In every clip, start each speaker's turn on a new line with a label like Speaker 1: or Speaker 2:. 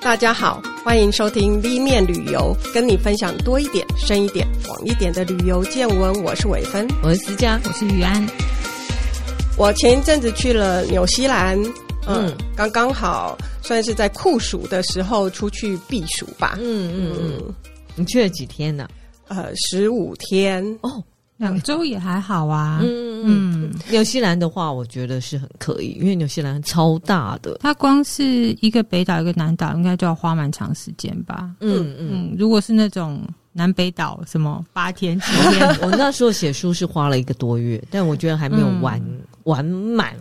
Speaker 1: 大家好，欢迎收听 V 面旅游，跟你分享多一点、深一点、广一点的旅游见闻。我是伟芬，
Speaker 2: 我是思佳，
Speaker 3: 我是于安。
Speaker 1: 我前一阵子去了纽西兰，嗯，刚刚好算是在酷暑的时候出去避暑吧。
Speaker 2: 嗯嗯嗯，你去了几天呢？
Speaker 1: 呃，十五天
Speaker 2: 哦，
Speaker 3: 两周也还好啊。
Speaker 2: 嗯嗯嗯，纽西兰的话，我觉得是很可以，因为纽西兰超大的。
Speaker 3: 它光是一个北岛一个南岛，应该就要花蛮长时间吧。
Speaker 2: 嗯嗯，
Speaker 3: 嗯，如果是那种南北岛什么八天七 天，
Speaker 2: 嗯我那时候写书是花了一个多月， 但我觉得还没有完完满。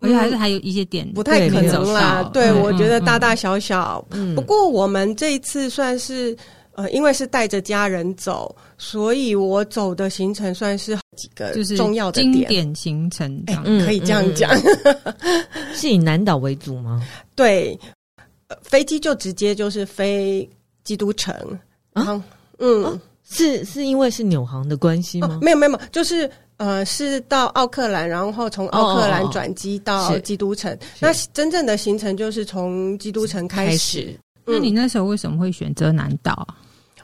Speaker 3: 我觉得还是还有一些点
Speaker 1: 不太可能啦。对，
Speaker 3: 嗯
Speaker 1: 我觉得
Speaker 3: 嗯
Speaker 1: 大大小小。
Speaker 2: 嗯
Speaker 1: 不过我们这一次算是呃，因为是带着家人走，所以我走的行程算是几个
Speaker 3: 就是
Speaker 1: 重要的
Speaker 3: 经
Speaker 1: 点，
Speaker 3: 典行程这样。
Speaker 2: 嗯
Speaker 1: 可以这样讲。
Speaker 2: 是以南岛为主吗？
Speaker 1: 对、呃飞机就直接就是飞基督城，
Speaker 2: 啊
Speaker 1: 然后嗯、
Speaker 2: 是是因为是纽航的关系
Speaker 1: 哦
Speaker 2: 吗？
Speaker 1: 没有没有，没有就是呃，是到奥克兰，然后从奥克
Speaker 2: 哦
Speaker 1: 兰
Speaker 2: 哦哦
Speaker 1: 转机到
Speaker 2: 是
Speaker 1: 基督城。那真正的行程就是从基督城开始。
Speaker 3: 那你
Speaker 1: 嗯
Speaker 3: 那时候为什么会选择南岛啊？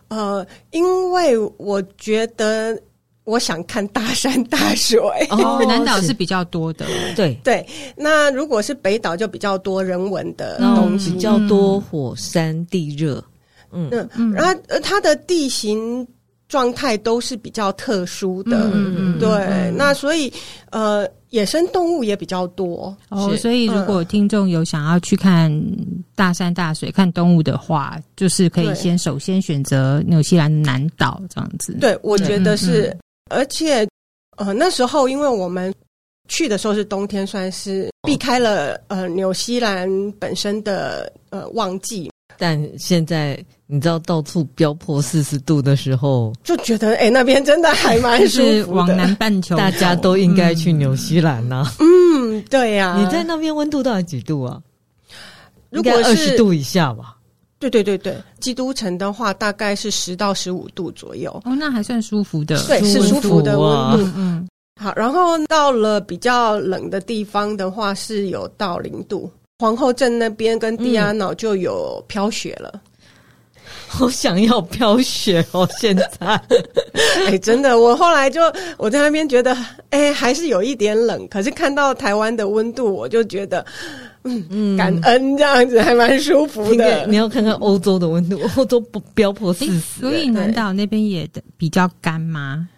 Speaker 1: 呃，因为我觉得我想看大山大水。
Speaker 2: 哦，
Speaker 3: 南岛
Speaker 2: 是
Speaker 3: 是比较多的，
Speaker 2: 对，
Speaker 1: 对，那如果是北岛就比较多人文的
Speaker 3: 嗯
Speaker 1: 东西
Speaker 2: 哦比，较多火山地热。嗯
Speaker 1: 嗯
Speaker 3: 嗯
Speaker 1: 然后呃它的地形状态都是比较特殊的，
Speaker 2: 嗯嗯
Speaker 1: 对，
Speaker 3: 嗯
Speaker 1: 那所以呃，野生动物也比较多，
Speaker 3: 哦，
Speaker 2: 是
Speaker 3: 所以如果听众有想要去看大山大水、看动物的话，就是可以
Speaker 1: 对
Speaker 3: 先首先选择纽西兰南岛这样子。，
Speaker 1: 对，我觉得是，
Speaker 3: 嗯
Speaker 1: 而且呃那时候因为我们去的时候是冬天，算是避开了呃纽西兰本身的呃旺季，
Speaker 2: 但现在你知道到处飙破四十度的时候，
Speaker 1: 就觉得哎、那边真的还蛮
Speaker 3: 就
Speaker 1: 舒
Speaker 3: 是
Speaker 1: 服
Speaker 3: 往
Speaker 1: 的，
Speaker 3: 南半球走，
Speaker 2: 大家都应该去纽西兰呐、
Speaker 1: 嗯，对呀、
Speaker 2: 你在那边温度到底几度啊？
Speaker 1: 如果
Speaker 2: 二
Speaker 1: 是
Speaker 2: 十度以下吧。
Speaker 1: 对对对对，基督城的话大概是十到十五度左右，
Speaker 3: 嗯。哦，那还算舒服的。
Speaker 1: 对，是舒服啊的温度。
Speaker 3: 嗯嗯，
Speaker 1: 好，然后到了比较冷的地方的话，是有到零度。皇后镇那边跟蒂亚瑙就有飘雪 了，
Speaker 2: 好想要飘雪哦！现在
Speaker 1: 哎、真的，我后来就我在那边觉得，哎、还是有一点冷，可是看到台湾的温度，我就觉得
Speaker 2: 嗯
Speaker 1: 感恩这样子，还蛮舒服
Speaker 2: 应该
Speaker 1: 的
Speaker 2: 你。要看看欧洲的温度，欧洲不飙破四
Speaker 3: 诶
Speaker 2: 十，
Speaker 3: 所以南岛那边也比较干吗？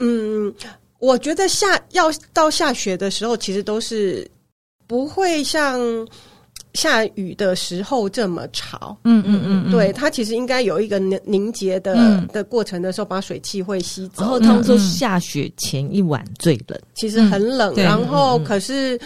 Speaker 1: 嗯，我觉得下要到下雪的时候，其实都是不会像下雨的时候这么潮。
Speaker 3: 嗯嗯嗯，嗯
Speaker 1: 对，，它其实应该有一个凝凝结的、
Speaker 3: 嗯
Speaker 1: 的过程的时候，把水汽会吸走。
Speaker 2: 然后他们说
Speaker 3: 嗯嗯
Speaker 2: 下雪前一晚最冷，
Speaker 1: 其实很冷，
Speaker 3: 嗯对
Speaker 1: 然后
Speaker 2: 嗯嗯嗯
Speaker 1: 可是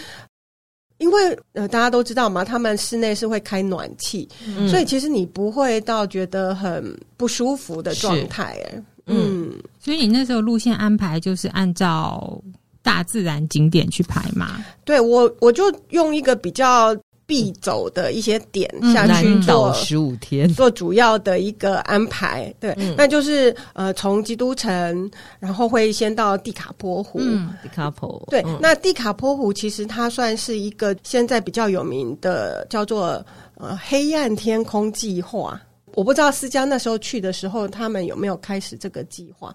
Speaker 1: 因为呃大家都知道嘛，他们室内是会开暖气，
Speaker 2: 嗯
Speaker 1: 所以其实你不会到觉得很不舒服的状态。哎，嗯，
Speaker 3: 所以你那时候路线安排就是按照大自然景点去排嘛？
Speaker 1: 对我我就用一个比较必走的一些点
Speaker 3: 嗯
Speaker 1: 下去
Speaker 2: 南岛
Speaker 1: 做。
Speaker 2: 十五天，
Speaker 1: 做主要的一个安排，对，
Speaker 2: 嗯
Speaker 1: 那就是呃，从基督城，然后会先到蒂卡波湖，
Speaker 3: 嗯，
Speaker 2: The couple
Speaker 1: 对，
Speaker 2: 嗯
Speaker 1: 那蒂卡波湖其实它算是一个现在比较有名的叫做呃黑暗天空计划。我不知道思佳那时候去的时候，他们有没有开始这个计划？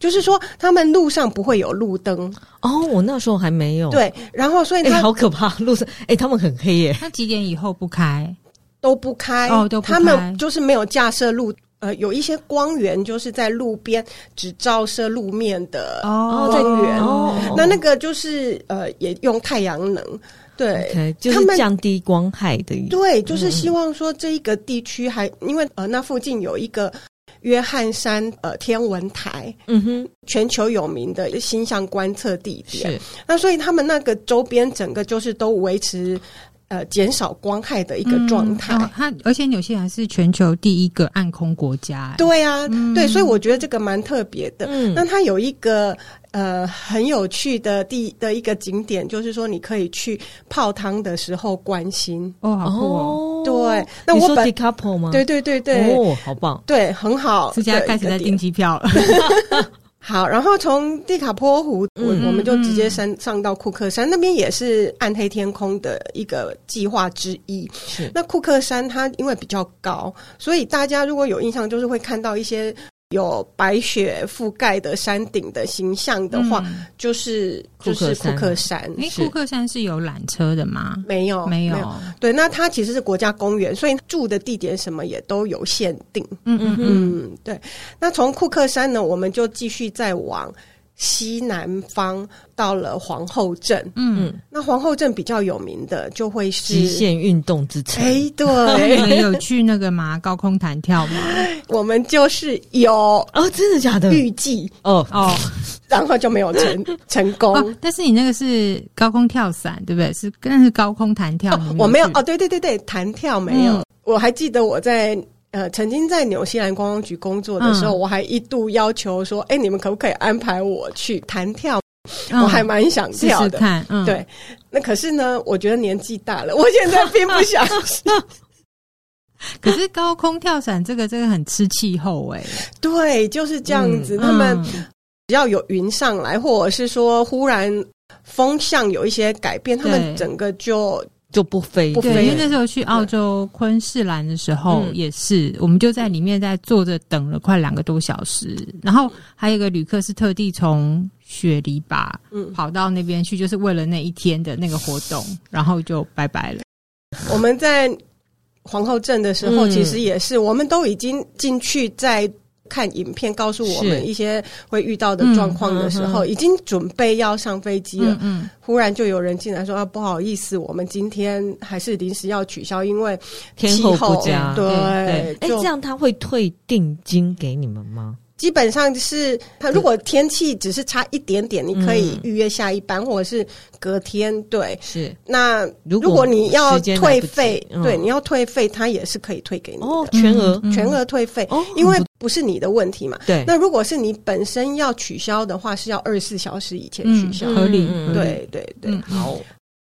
Speaker 1: 就是说，他们路上不会有路灯，
Speaker 2: 哦，我那时候还没有，，
Speaker 1: 对，然后所以
Speaker 2: 哎，
Speaker 1: 他
Speaker 2: 好可怕，路上哎，他们很黑耶，
Speaker 3: 那几点以后不开？
Speaker 1: 都不开，
Speaker 3: 哦都不
Speaker 1: 他
Speaker 3: 开
Speaker 1: 们就是没有架设路，呃，有一些光源就是在路边只照射路面的
Speaker 3: 哦
Speaker 1: 光源，
Speaker 2: 哦哦
Speaker 1: 那那个就是呃，也用太阳能，对
Speaker 2: OK，就是
Speaker 1: 他们
Speaker 2: 降低光害的意思，
Speaker 1: 对，就是希望说这一个地区还因为呃那附近有一个约翰山呃天文台，
Speaker 2: 嗯哼，
Speaker 1: 全球有名的星象观测地点。
Speaker 2: 是
Speaker 1: 那所以他们那个周边整个就是都维持呃减少光害的一
Speaker 3: 一
Speaker 1: 个
Speaker 2: 嗯啊
Speaker 1: 状态。
Speaker 3: 它而且纽西兰是全球第一个暗空国家、哎，
Speaker 1: 对啊，
Speaker 3: 嗯
Speaker 1: 对，所以我觉得这个蛮特别的。
Speaker 2: 嗯
Speaker 1: 那它有一个呃很有趣的地的一个景点，就是说你可以去泡汤的时候关心。
Speaker 3: 哦，好酷哦！
Speaker 1: 对，那
Speaker 2: 你
Speaker 1: 我
Speaker 2: 说
Speaker 1: 本
Speaker 2: The couple 吗？哦
Speaker 1: 对对对对，
Speaker 2: 哦，好棒。
Speaker 1: 对，很好。
Speaker 3: 思佳
Speaker 1: 对
Speaker 3: 开始在订，机票了，
Speaker 1: 好，然后从蒂卡坡湖，我
Speaker 2: 嗯
Speaker 1: 我们就直接
Speaker 3: 嗯
Speaker 1: 山上到库克山，那边也是暗黑天空的一个计划之一。
Speaker 2: 是
Speaker 1: 那库克山它因为比较高，所以大家如果有印象，就是会看到一些有白雪覆盖的山顶的形象的话，
Speaker 3: 嗯
Speaker 1: 就是就是库
Speaker 2: 库
Speaker 1: 克
Speaker 2: 克
Speaker 1: 山。
Speaker 3: 诶，
Speaker 2: 是
Speaker 3: 库克山是有缆车的吗？
Speaker 1: 没有，
Speaker 3: 没有，
Speaker 1: 对，那它其实是国家公园，所以住的地点什么也都有限定。
Speaker 3: 嗯嗯嗯，
Speaker 1: 嗯，对。那从库克山呢，我们就继续再往西南方，到了皇后镇。
Speaker 3: 嗯，
Speaker 1: 那皇后镇比较有名的就会是
Speaker 2: 极限运动之城，
Speaker 1: 哎，
Speaker 3: 你
Speaker 1: 对，
Speaker 3: 们有去那个吗？高空弹跳吗？
Speaker 1: 我们就是有
Speaker 2: 哦，真的
Speaker 3: 嗯
Speaker 2: 假的？
Speaker 1: 预计，
Speaker 2: 哦，
Speaker 3: 哦
Speaker 1: 然后就没有成成功。
Speaker 3: 哦，但是你那个是高空跳伞，对不对？是，但是高空弹跳，你
Speaker 1: 哦我没有
Speaker 3: 去
Speaker 1: 哦，，对对对对，弹跳没有。
Speaker 3: 嗯
Speaker 1: 我还记得我在呃曾经在纽西兰观光局工作的时候，
Speaker 3: 嗯
Speaker 1: 我还一度要求说，哎，你们可不可以安排我去弹跳？
Speaker 3: 嗯
Speaker 1: 哦我还蛮想
Speaker 3: 试
Speaker 1: 跳
Speaker 3: 试
Speaker 1: 的。
Speaker 3: 看，嗯，
Speaker 1: 对，那可是呢，我觉得年纪大了，我现在并不 想。
Speaker 3: 可是高空跳伞这个这个很吃气候哎、
Speaker 1: 对，就是这样子。他们
Speaker 3: 嗯
Speaker 1: 只要有云上来，或者是说忽然风向有一些改变，他们
Speaker 3: 对
Speaker 1: 整个就
Speaker 2: 就不飞，
Speaker 1: 不
Speaker 3: 对，
Speaker 1: 飞
Speaker 3: 因为那时候去澳洲昆士兰的时候
Speaker 2: 嗯
Speaker 3: 也是，我们就在里面在坐着等了快两个多小时，然后还有一个旅客是特地从雪梨吧
Speaker 1: 嗯，
Speaker 3: 跑到那边去，就是为了那一天的那个活动，然后就拜拜了。
Speaker 1: 我们在皇后镇的时候，
Speaker 2: 嗯
Speaker 1: 其实也是，我们都已经进去在看影片，告诉我们
Speaker 2: 是
Speaker 1: 一些会遇到的状况的时候，
Speaker 2: 嗯嗯嗯
Speaker 1: 已经准备要上飞机了。
Speaker 3: 嗯嗯，
Speaker 1: 忽然就有人进来说：“啊，不好意思，我们今天还是临时要取消，因为
Speaker 2: 天
Speaker 1: 气
Speaker 2: 候
Speaker 1: 候
Speaker 2: 不佳。
Speaker 1: 对，
Speaker 3: 对
Speaker 2: 哎，
Speaker 1: 就
Speaker 2: 这样他会退定金给你们吗？
Speaker 1: 基本上是它如果天气只是差一点点，你可以
Speaker 2: 嗯
Speaker 1: 预约下一班，或者是隔天。对，
Speaker 2: 是，
Speaker 1: 那
Speaker 2: 如
Speaker 1: 如果你要
Speaker 2: 时间来不
Speaker 1: 退
Speaker 2: 及
Speaker 1: 费，
Speaker 2: 嗯
Speaker 1: 对，你要退费，它也是可以退给你的，
Speaker 2: 哦，全额
Speaker 3: 嗯
Speaker 1: 全额退费，
Speaker 2: 哦，
Speaker 1: 因为
Speaker 2: 很不
Speaker 1: 不是你的问题嘛。
Speaker 2: 对，
Speaker 1: 那如果是你本身要取消的话，是要二十四小时以前取消。
Speaker 3: 嗯合理
Speaker 2: 嗯嗯
Speaker 1: 对对对。
Speaker 3: 嗯
Speaker 2: 好，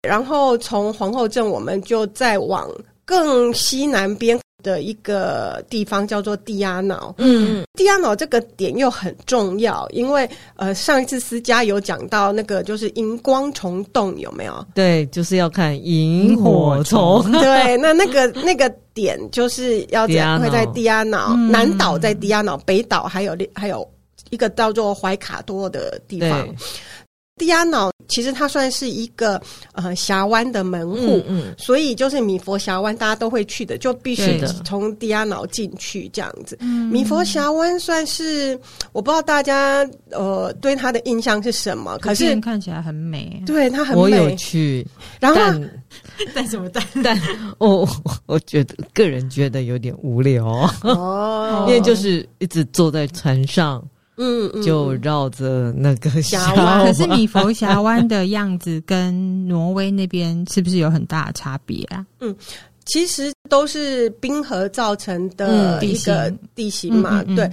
Speaker 1: 然后从皇后镇，我们就再往更西南边的一个地方叫做蒂亚瑙。
Speaker 2: 嗯，
Speaker 1: 蒂亚瑙这个点又很重要，因为呃，上一次思佳有讲到那个就是荧光虫洞有没 有？
Speaker 2: 对，就是要看萤火虫，
Speaker 1: 对，那那个那个点就是要
Speaker 2: 蒂亚
Speaker 1: 在
Speaker 2: 瑙
Speaker 1: 会在蒂亚瑙、
Speaker 3: 嗯
Speaker 1: 南岛在蒂亚瑙，北岛还有另还有一个叫做怀卡多的地
Speaker 2: 对，
Speaker 1: 方。蒂亚瑙其实它算是一个呃峡湾的门户。
Speaker 2: 嗯嗯，
Speaker 1: 所以就是米佛峡湾，大家都会去的，就必须
Speaker 2: 是的
Speaker 1: 从迪亚瑙进去这样子。
Speaker 3: 嗯
Speaker 1: 米佛峡湾算是我不知道大家呃对它的印象是什么，可
Speaker 3: 图片
Speaker 1: 是
Speaker 3: 看起来 很美，啊
Speaker 1: 对它很
Speaker 2: 我有
Speaker 1: 美。啊
Speaker 2: 去，
Speaker 1: 然后
Speaker 2: 但
Speaker 3: 但什么但
Speaker 2: 但我 我我觉得个人觉得有点无聊，
Speaker 1: 哦
Speaker 2: 因为就是一直坐在船上，
Speaker 1: 嗯嗯
Speaker 2: 就
Speaker 1: 嗯
Speaker 2: 绕着那个
Speaker 1: 峡
Speaker 2: 峡
Speaker 1: 湾
Speaker 3: 可是米佛峡湾的样子跟挪威那边是不是有很大的差别啊？
Speaker 1: 其实都是冰河造成的
Speaker 3: 嗯
Speaker 1: 一个
Speaker 3: 地形
Speaker 1: 地形嘛，
Speaker 3: 嗯嗯嗯
Speaker 1: 对。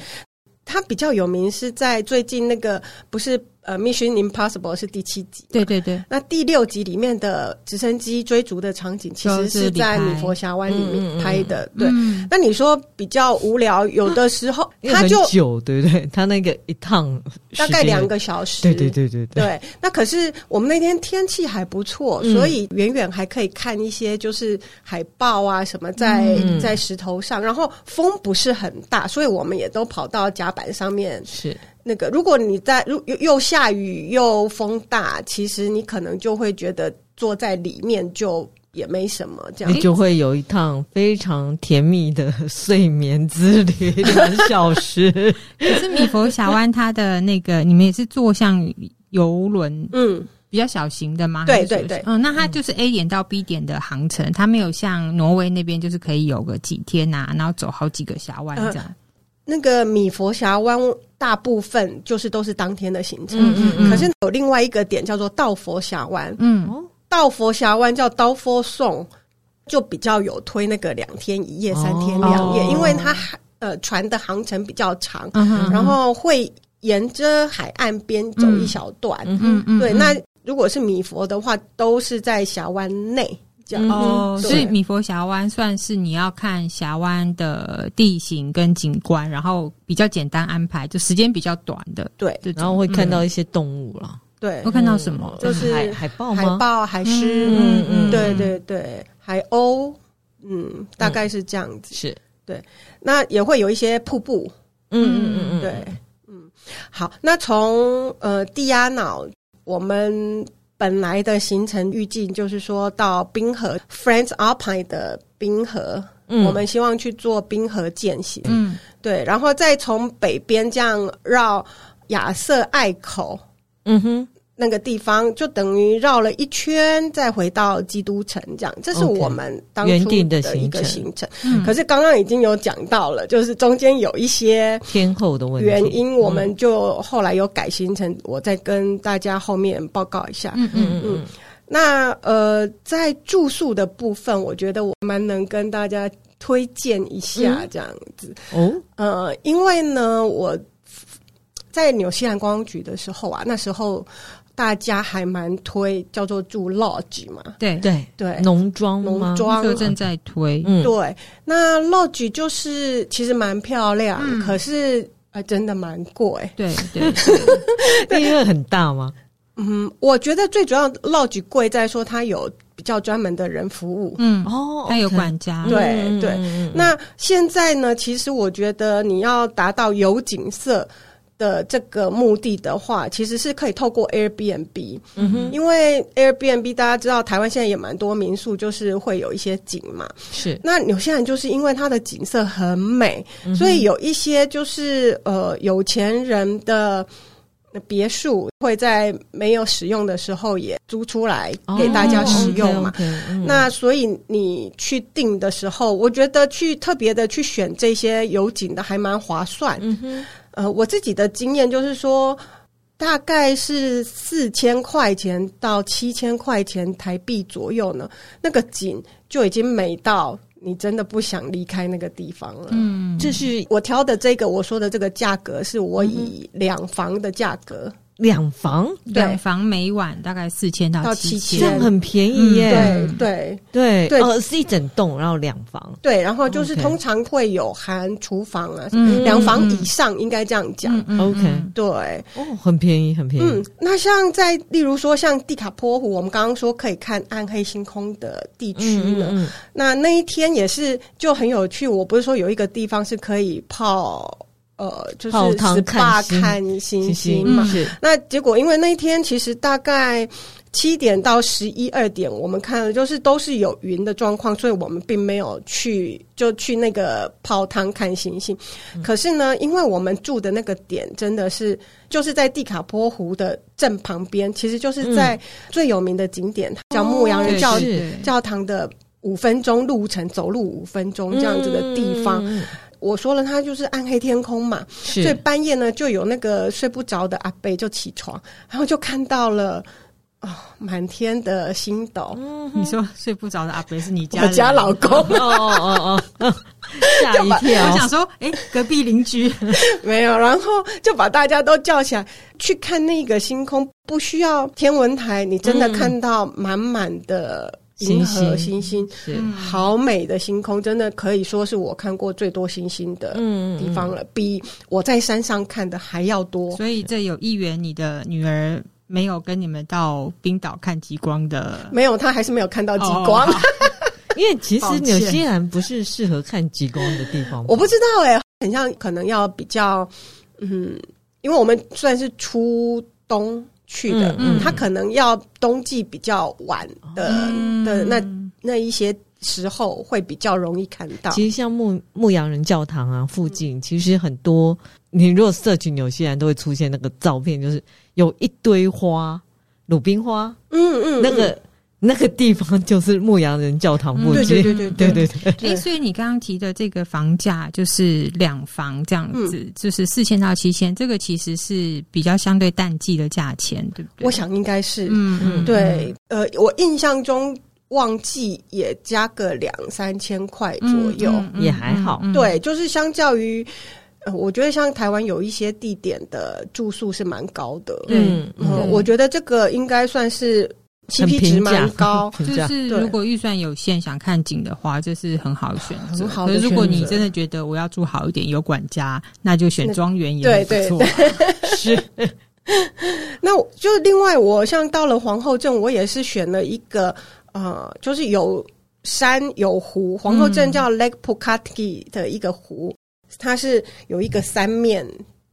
Speaker 1: 它比较有名是在最近那个不是呃《Mission Impossible》是第七集，
Speaker 3: 对对对，
Speaker 1: 那第六集里面的直升机追逐的场景，其实
Speaker 3: 就是
Speaker 1: 是
Speaker 3: 李
Speaker 1: 在
Speaker 3: 白
Speaker 1: 米佛峡湾里面
Speaker 2: 嗯嗯嗯嗯
Speaker 1: 拍的。对，
Speaker 3: 嗯
Speaker 1: 那你说比较无聊，有的时候
Speaker 2: 因为
Speaker 1: 它
Speaker 2: 很
Speaker 1: 就
Speaker 2: 久，对不对？他那个一趟
Speaker 1: 大
Speaker 2: 时
Speaker 1: 概
Speaker 2: 间
Speaker 1: 两，个小时。
Speaker 2: 对对。对对对，
Speaker 1: 对，那可是我们那天天气还不错，
Speaker 2: 嗯
Speaker 1: 所以远远还可以看一些就是海豹啊什么在
Speaker 2: 嗯
Speaker 1: 在石头上，然后风不是很大，所以我们也都跑到甲板上面
Speaker 2: 是
Speaker 1: 那个，如果你在如又又下雨又风大，其实你可能就会觉得坐在里面就也没什么这样
Speaker 2: 你。就会有一趟非常甜蜜的 睡眠之旅，两小 时。
Speaker 3: 可是米佛峡湾它的那个，你们也是坐像游轮
Speaker 1: 嗯，
Speaker 3: 比较小型的吗？
Speaker 1: 对
Speaker 3: 还是
Speaker 1: 对
Speaker 3: 什么
Speaker 1: 对
Speaker 3: 嗯，那它就是 A 点到 B 点的航程，它没有像挪威那边就是可以有个几天啊，然后走好几个峡
Speaker 1: 呃
Speaker 3: 湾这样。
Speaker 1: 那个米佛峡湾大部分就是都是当天的行程，
Speaker 3: 嗯嗯嗯
Speaker 1: 可是有另外一个点叫做道佛峡湾，
Speaker 3: 嗯，
Speaker 2: 哦
Speaker 1: 道佛峡湾叫刀佛颂，就比较有推那个两天一夜、
Speaker 2: 哦
Speaker 1: 三天两夜，
Speaker 3: 哦
Speaker 1: 因为它海呃船的航程比较长，
Speaker 3: 嗯哼
Speaker 1: 然后会沿着海岸边走一小段。
Speaker 2: 嗯
Speaker 3: 嗯嗯，
Speaker 1: 对，
Speaker 3: 嗯
Speaker 1: 那如果是米佛的话，都是在峡湾内。较。
Speaker 2: 嗯
Speaker 3: 哦，
Speaker 1: 对
Speaker 3: 所以米佛峡湾算是你要看峡湾的地形跟景观，然后比较简单安排，就时间比较短的
Speaker 1: 对
Speaker 3: 这种。
Speaker 2: 然后会看到
Speaker 1: 嗯
Speaker 2: 一些动物啦，嗯
Speaker 1: 对
Speaker 3: 会，看到什么？
Speaker 1: 就是
Speaker 2: 海海豹
Speaker 1: 海
Speaker 2: 哦吗？
Speaker 1: 豹、海狮，
Speaker 2: 嗯嗯
Speaker 1: 对对对，海鸥，嗯，大概是这样子。
Speaker 2: 是，
Speaker 1: 那也会有一些瀑布，
Speaker 2: 嗯嗯嗯嗯，
Speaker 1: 对，嗯，好，那从呃地压脑，我们本来的行程预计就是说到冰河 Friends Alpine 的冰河，
Speaker 2: 嗯，
Speaker 1: 我们希望去做冰河践行，
Speaker 3: 嗯，
Speaker 1: 对，然后再从北边这样绕亚瑟隘口。
Speaker 2: 嗯哼，
Speaker 1: 那个地方就等于绕了一圈，再回到基督城，这样，这是
Speaker 2: OK，
Speaker 1: 我们当
Speaker 2: 原
Speaker 1: 初
Speaker 2: 定的
Speaker 1: 一个
Speaker 2: 行
Speaker 1: 行程。
Speaker 3: 嗯
Speaker 1: 可是刚刚已经有讲到了，就是中间有一些
Speaker 2: 天后的问题
Speaker 1: 原因，我们就后来有改行程，我再跟大家后面报告一下。
Speaker 3: 嗯嗯
Speaker 2: 嗯嗯
Speaker 1: 那呃，在住宿的部分，我觉得我蛮能跟大家推荐一下这样子。
Speaker 2: 嗯，
Speaker 1: 呃，因为呢，我在纽西兰观光局的时候啊，那时候大家还蛮推叫做住 lodge 嘛，
Speaker 3: 对
Speaker 2: 哦，，对，
Speaker 1: 对，
Speaker 2: 农庄吗
Speaker 1: 农庄
Speaker 3: 就正在推，
Speaker 2: 嗯，
Speaker 1: 对，那 lodge 就是其实蛮漂亮，
Speaker 3: 嗯
Speaker 1: 可是呃真的蛮贵。
Speaker 3: 对对，
Speaker 2: 那因为很大吗？
Speaker 1: 嗯，我觉得最主要 lodge 贵在说它有比较专门的人服务。
Speaker 3: 嗯，
Speaker 2: 哦，嗯
Speaker 3: 它有管家，
Speaker 1: 对对
Speaker 2: 对
Speaker 1: 那现在呢，其实我觉得你要达到有景色。的这个目的的话，其实是可以透过 Airbnb，、
Speaker 2: 嗯哼
Speaker 1: 因为 Airbnb 大家知道台湾现在也蛮多民宿，就是会有一些景嘛。
Speaker 2: 是，
Speaker 1: 那纽西兰就是因为它的景色很美，
Speaker 2: 嗯
Speaker 1: 所以有一些就是呃有钱人的别墅会在没有使用的时候也租出来给大家使用嘛。
Speaker 2: 哦，OK，OK，嗯
Speaker 1: 那所以你去订的时候，我觉得去特别的去选这些有景的还蛮划算。
Speaker 2: 嗯哼，
Speaker 1: 呃，我自己的经验就是说，大概是四千块钱到七千块钱台币左右呢，那个景就已经美到你真的不想离开那个地方了。
Speaker 3: 嗯，
Speaker 2: 这是
Speaker 1: 我挑的这个，我说的这个价格，是我以两房的价格，
Speaker 2: 两房，
Speaker 3: 两房每晚大概四千
Speaker 1: 到
Speaker 3: 到
Speaker 2: 这
Speaker 1: 对
Speaker 3: 千
Speaker 1: 7000，
Speaker 2: 样很便宜耶，
Speaker 1: 对
Speaker 3: 嗯
Speaker 1: 对
Speaker 2: 对
Speaker 1: 对
Speaker 2: 哦，是一整栋，然后两房，
Speaker 1: 对，然后就是
Speaker 2: 嗯 OK
Speaker 1: 通常会有含厨房啊，
Speaker 3: 嗯
Speaker 1: 两房以上应该这样讲。
Speaker 3: 嗯嗯
Speaker 2: OK
Speaker 1: 对，
Speaker 2: 哦，很便宜，很便宜
Speaker 1: 嗯，，那像在例如说像蒂卡波湖，我们刚刚说可以看暗黑星空的地区
Speaker 2: 嗯
Speaker 1: 呢，
Speaker 2: 嗯
Speaker 1: 那那一天也是就很有趣。我不是说有一个地方是可以泡呃，就是
Speaker 2: 泡汤
Speaker 1: SPA
Speaker 2: 看星
Speaker 1: 看星
Speaker 2: 嗯，
Speaker 1: 星
Speaker 3: 嗯
Speaker 1: 嘛。
Speaker 2: 是
Speaker 1: 那结果因为那一天其实大概七点到十一二点，我们看了就是都是有云的状况，所以我们并没有去就去那个泡汤看星星。
Speaker 2: 嗯
Speaker 1: 可是呢，因为我们住的那个点真的是就是在蒂卡波湖的正旁边，其实就是在最有名的景点、叫牧羊人
Speaker 3: 对
Speaker 1: 教
Speaker 2: 嗯哦是
Speaker 1: 教堂的。五分钟路程，走路五分钟这样子的地方，
Speaker 2: 嗯嗯嗯嗯
Speaker 1: 我说了，它就是暗黑天空嘛。
Speaker 2: 是
Speaker 1: 所以半夜呢，就有那个睡不着的阿伯就起床，然后就看到了哦，满天的星斗。
Speaker 3: 你说睡不着的阿伯是你家
Speaker 1: 我家
Speaker 3: 人
Speaker 1: 老公
Speaker 2: 哦哦哦哦，吓 一
Speaker 3: 我
Speaker 2: 跳
Speaker 3: 想，说，哎、隔壁邻居，
Speaker 1: 没有，然后就把大家都叫起来去看那个星空，不需要天文台，你真的
Speaker 2: 嗯
Speaker 1: 看到满满的银河
Speaker 2: 星
Speaker 1: 星星，
Speaker 2: 是
Speaker 1: 好美的星空，真的可以说是我看过最多星星的
Speaker 2: 嗯
Speaker 1: 地方了，比我在山上看的还要多。
Speaker 3: 所以这有议员，你的女儿没有跟你们到冰岛看极光的
Speaker 1: 没有，他还是没有看到极
Speaker 3: 哦
Speaker 1: 光。
Speaker 3: 好
Speaker 2: 因为其实
Speaker 3: 抱歉
Speaker 2: 纽西兰不是适合看极光的地方吧，
Speaker 1: 我不知道哎、很像可能要比较，嗯，因为我们算是初冬去的，
Speaker 2: 嗯
Speaker 3: 嗯
Speaker 1: 它可能要冬季比较晚的、
Speaker 3: 嗯
Speaker 1: 的那那一些时候会比较容易看到。
Speaker 2: 其实像牧牧羊人教堂啊附近，其实很多你如果摄取纽西兰都会出现那个照片，就是有一堆花，鲁冰花，
Speaker 1: 嗯嗯，
Speaker 2: 那个那个地方就是牧羊人教堂附
Speaker 1: 嗯对对，
Speaker 2: 近
Speaker 1: 对对
Speaker 2: 对
Speaker 1: 对
Speaker 2: 对对，
Speaker 3: 哎、所以你刚刚提的这个房价就是两房这样子，
Speaker 1: 嗯
Speaker 3: 就是四千到七千，这个其实是比较相对淡季的价钱，对不对？
Speaker 1: 我，想应该是、
Speaker 3: 嗯嗯，
Speaker 1: 对，呃，我印象中旺季也加个两三千块左
Speaker 3: 嗯，
Speaker 1: 右。
Speaker 3: 嗯
Speaker 2: 也还好，
Speaker 3: 嗯嗯
Speaker 1: 对，就是相较于，呃，我觉得像台湾有一些地点的住宿是蛮高的，
Speaker 3: 对
Speaker 2: 嗯
Speaker 1: 嗯，
Speaker 3: 对
Speaker 1: 我觉得这个应该算是
Speaker 2: 很
Speaker 1: CP 值
Speaker 2: 平价，
Speaker 1: 蛮高
Speaker 2: 评
Speaker 3: 就
Speaker 2: 价
Speaker 3: 是
Speaker 1: 对
Speaker 3: 如果预算有限，想看景的话，这是很好的选择。
Speaker 1: 很好
Speaker 3: 可
Speaker 1: 的
Speaker 3: 是如果
Speaker 2: 选择
Speaker 3: 你真的觉得我要住好一点，有管家，那就选庄园 也很不错。
Speaker 2: 是
Speaker 1: 那我就另外，我像到了皇后镇，我也是选了一个呃，就是有山有湖，皇后镇叫 Lake Pukatki 的一个湖，它是有一个三面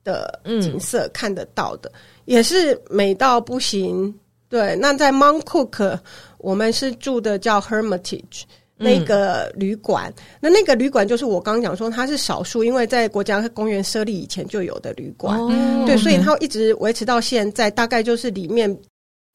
Speaker 1: 的景色看得到的，也是美到不行。对，那在 Mount Cook，我们是住的叫 Hermitage。那个旅馆，那那个旅馆就是我刚讲说它是少数，因为在国家公园设立以前就有的旅馆，
Speaker 2: 哦
Speaker 3: 嗯
Speaker 1: 对，所以
Speaker 2: OK
Speaker 1: 它一直维持到现在，大概就是里面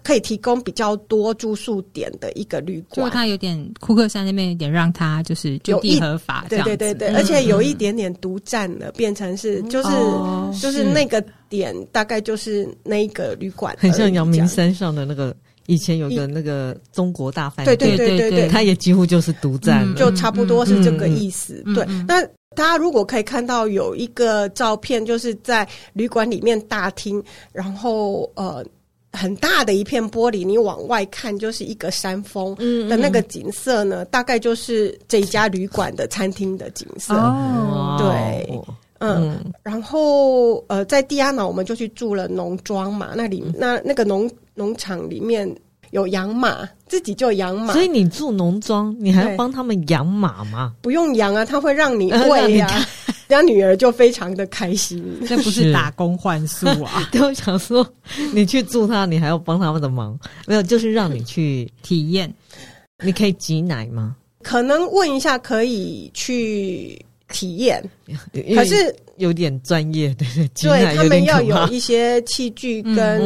Speaker 1: 可以提供比较多住宿点的一个旅
Speaker 3: 就
Speaker 1: 馆。
Speaker 3: 它有点库克山那边有点让它就是就
Speaker 1: 有
Speaker 3: 地
Speaker 1: 一
Speaker 3: 合法这
Speaker 1: 对
Speaker 3: 样子，
Speaker 1: 对对对，
Speaker 3: 嗯
Speaker 1: 而且有一点点独占了，变成是就是、
Speaker 3: 哦
Speaker 1: 就是那个点，大概就是那一个旅馆而已，
Speaker 2: 很像阳
Speaker 1: 这
Speaker 2: 明
Speaker 1: 样。
Speaker 2: 山上的那个以前有个那个中国大饭
Speaker 1: 对
Speaker 2: 店，
Speaker 1: 对
Speaker 3: 对
Speaker 1: 对
Speaker 3: 对
Speaker 1: 对
Speaker 3: 对
Speaker 1: 对，
Speaker 2: 它也几乎就是独占了。
Speaker 1: 就差不多是这个意思。
Speaker 3: 嗯嗯嗯
Speaker 1: 对
Speaker 3: 嗯嗯，
Speaker 1: 那大家如果可以看到有一个照片，就是在旅馆里面大厅，然后呃很大的一片玻璃，你往外看就是一个山峰，
Speaker 2: 嗯
Speaker 1: 的那个景色呢，大概就是这一家旅馆的餐厅的景色。
Speaker 3: 哦，
Speaker 1: 对
Speaker 2: 哇
Speaker 1: 嗯，然后呃，在蒂亚瑙我们就去住了农庄嘛，那
Speaker 2: 嗯
Speaker 1: 里那那个农农场里面有养马，自己就养马
Speaker 2: 所，以你住农庄，你还要
Speaker 1: 对
Speaker 2: 帮他们养马吗？
Speaker 1: 不用养啊，它会让你
Speaker 2: 呃 让
Speaker 1: 喂
Speaker 2: 你
Speaker 1: 呀、人家女儿就非常的开心。
Speaker 3: 这不是
Speaker 2: 是，
Speaker 3: 打工换宿啊
Speaker 2: 对，我想说，你去住他，你还要帮他们的忙，没有，就是让 你去，
Speaker 3: 体验
Speaker 2: 你可以挤奶吗？
Speaker 1: 可能问一下可以去体验，
Speaker 2: 因为
Speaker 1: 可是
Speaker 2: 有点专业，对对，挤
Speaker 1: 对
Speaker 2: 奶
Speaker 1: 他
Speaker 2: 有
Speaker 1: 们
Speaker 2: 点
Speaker 1: 要
Speaker 2: 可
Speaker 1: 有
Speaker 2: 怕。
Speaker 1: 一些器具跟、
Speaker 2: 嗯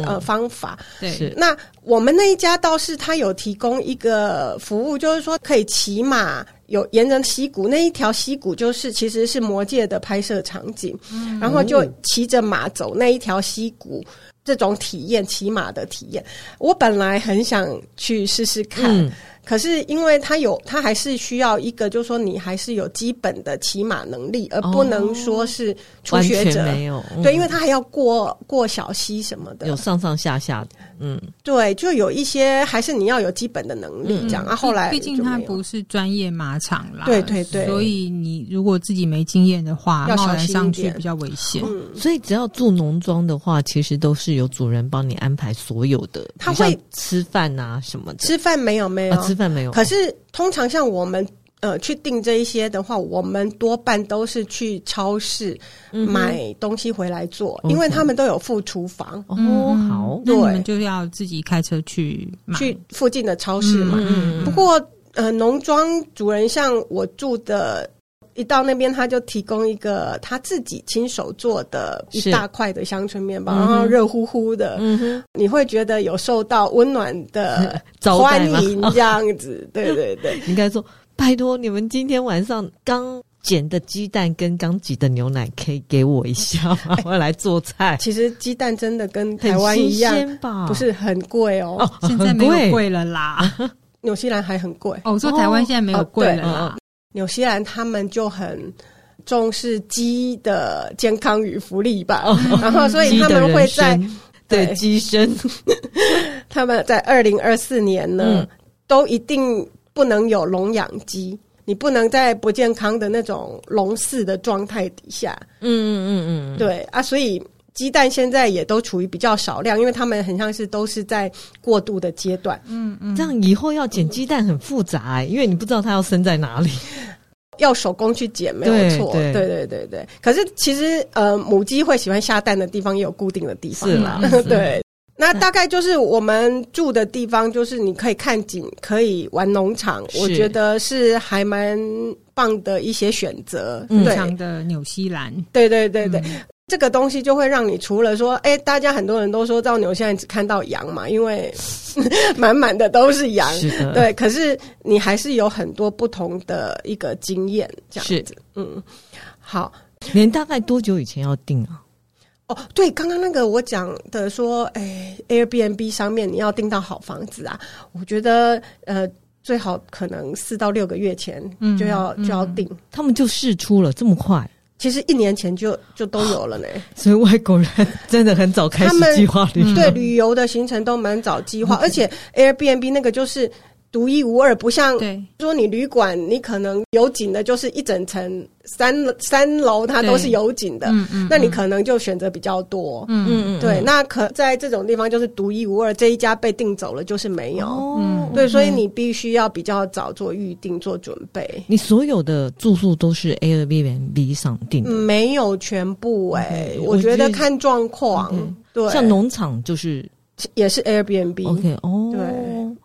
Speaker 2: 嗯
Speaker 1: 呃方法，
Speaker 3: 对
Speaker 2: 是
Speaker 1: 那我们那一家倒是他有提供一个服务，就是说可以骑马，有沿着溪谷那一条溪谷，就是其实是《魔界的拍摄场景，
Speaker 2: 嗯
Speaker 1: 然后就骑着马走那一条溪谷，这种体验骑马的体验，我本来很想去试试看，
Speaker 2: 嗯，
Speaker 1: 可是因为他有，他还是需要一个，就是说你还是有基本的骑马能力，而不能说是初
Speaker 2: 哦完
Speaker 1: 学者
Speaker 2: 全。没有，嗯
Speaker 1: 对，因为他还要过过小溪什么的，
Speaker 2: 有上上下下的，嗯，
Speaker 1: 对，就有一些还是你要有基本的能力
Speaker 2: 嗯
Speaker 1: 这样。啊，
Speaker 3: 毕
Speaker 1: 后来
Speaker 3: 毕竟
Speaker 1: 就没
Speaker 3: 它
Speaker 1: 有
Speaker 3: 不是专业马场啦，
Speaker 1: 对对对
Speaker 3: 所以你如果自己没经验的话，
Speaker 1: 要小
Speaker 3: 贸然
Speaker 1: 心一
Speaker 3: 上去
Speaker 1: 点
Speaker 3: 比较危险。
Speaker 1: 嗯，
Speaker 2: 所以只要住农庄的话，其实都是有主人帮你安排所有的，
Speaker 1: 他
Speaker 2: 比如像
Speaker 1: 会
Speaker 2: 吃饭啊什么的，
Speaker 1: 吃饭没有没有，
Speaker 2: 啊吃饭没有，
Speaker 1: 可是通常像我们呃去订这一些的话，我们多半都是去超市
Speaker 2: 嗯哼
Speaker 1: 买东西回来做，因为
Speaker 2: OK
Speaker 1: 他们都有副厨房，
Speaker 2: 哦
Speaker 3: 嗯
Speaker 2: 好，
Speaker 3: 那你们
Speaker 1: 对
Speaker 3: 就要自己开车去买嗯
Speaker 1: 去附近的超市嘛。
Speaker 2: 嗯
Speaker 1: 不过呃，农庄主人像我住的。一到那边，他就提供一个他自己亲手做的一
Speaker 2: 是
Speaker 1: 大块的乡村面包，
Speaker 2: 嗯
Speaker 1: 然
Speaker 2: 哼
Speaker 1: 后热乎乎的，
Speaker 2: 嗯哼，
Speaker 1: 你会觉得有受到温暖的
Speaker 2: 招
Speaker 1: 呃欢
Speaker 2: 待吗
Speaker 1: 迎这样 子，对对对，
Speaker 2: 应该说拜托你们今天晚上刚捡的鸡蛋跟刚挤的牛奶可以给我一下 吗？我要来做菜，
Speaker 1: 其实鸡蛋真的跟
Speaker 2: 很
Speaker 1: 台湾
Speaker 2: 新
Speaker 1: 一样，
Speaker 2: 鲜吧？
Speaker 1: 不是很贵哦，
Speaker 2: 哦，
Speaker 3: 现在
Speaker 2: 很
Speaker 3: 没有
Speaker 2: 贵，
Speaker 3: 贵 了啦。
Speaker 1: 纽西兰还很贵，
Speaker 3: 哦，我说台湾现在没有贵了啦
Speaker 2: 哦。
Speaker 1: 纽西兰他们就很。重视鸡的健康与福利吧， 然后所以
Speaker 2: 哦鸡
Speaker 1: 他
Speaker 2: 的
Speaker 1: 们会在
Speaker 2: 人参，对
Speaker 1: 对
Speaker 2: 鸡身，
Speaker 1: 他们在二零二四年呢，
Speaker 2: 嗯
Speaker 1: 都一定不能有笼养鸡，你不能在不健康的那种笼饲的状态底下，
Speaker 2: 嗯嗯嗯嗯，
Speaker 1: 对啊，所以鸡蛋现在也都处于比较少量，因为他们很像是都是在过渡的阶段。
Speaker 3: 嗯嗯
Speaker 2: 这样以后要捡鸡蛋很复杂、欸，因为你不知道它要生在哪里。
Speaker 1: 要手工去捡没有
Speaker 2: 对
Speaker 1: 错，
Speaker 2: 对
Speaker 1: 对对对对。可是其实呃，母鸡会喜欢下蛋的地方也有固定的地方
Speaker 2: 是啊嗯
Speaker 1: 啦
Speaker 2: 啦，
Speaker 1: 对。那大概就是我们住的地方，就是你可以看景，可以玩农场，
Speaker 2: 是
Speaker 1: 我觉得是还蛮棒的一些选择。
Speaker 2: 嗯
Speaker 1: 对
Speaker 3: 常的纽西兰，
Speaker 1: 对对对对，
Speaker 3: 嗯
Speaker 1: 这个东西就会让你除了说，哎，大家很多人都说到纽西兰只看到羊嘛，因为 满满的都是羊，
Speaker 2: 是 的，
Speaker 1: 对，可是你还是有很多不同的一个经验，这样子，嗯，好。
Speaker 2: 连大概多久以前要定啊？
Speaker 1: 哦，对，刚刚那个我讲的说，哎，Airbnb 上面你要订到好房子啊，我觉得呃，最好可能四到六个月前
Speaker 3: 嗯
Speaker 1: 就要、就要订。
Speaker 2: 他们就试出了这么快，
Speaker 1: 其实一年前就就都有了呢。
Speaker 2: 所以外国人 真的很早开
Speaker 1: 他们
Speaker 2: 始计划旅游。
Speaker 1: 对，旅游的行程都蛮早计划，而且 Airbnb 那个就是独一无二，不像
Speaker 3: 对
Speaker 1: 说你旅馆，你可能有景的就是一整层三三楼它都是有景的，
Speaker 3: 嗯嗯，
Speaker 1: 那你可能就选择比较多。
Speaker 3: 嗯
Speaker 2: 嗯
Speaker 1: 对，那可在这种地方就是独一无二，这一家被订走了就是没有。
Speaker 2: 哦
Speaker 1: 对，所以你必须要比较早做预定、做准备。
Speaker 2: 你所有的住宿都是 Airbnb 上定的，
Speaker 1: 嗯没有全部哎、
Speaker 2: OK，
Speaker 1: 我觉
Speaker 2: 我觉得
Speaker 1: 得看状况
Speaker 2: OK，
Speaker 1: 对，
Speaker 2: 像农场就是
Speaker 1: 也是 Airbnb。
Speaker 2: OK 哦，
Speaker 1: 对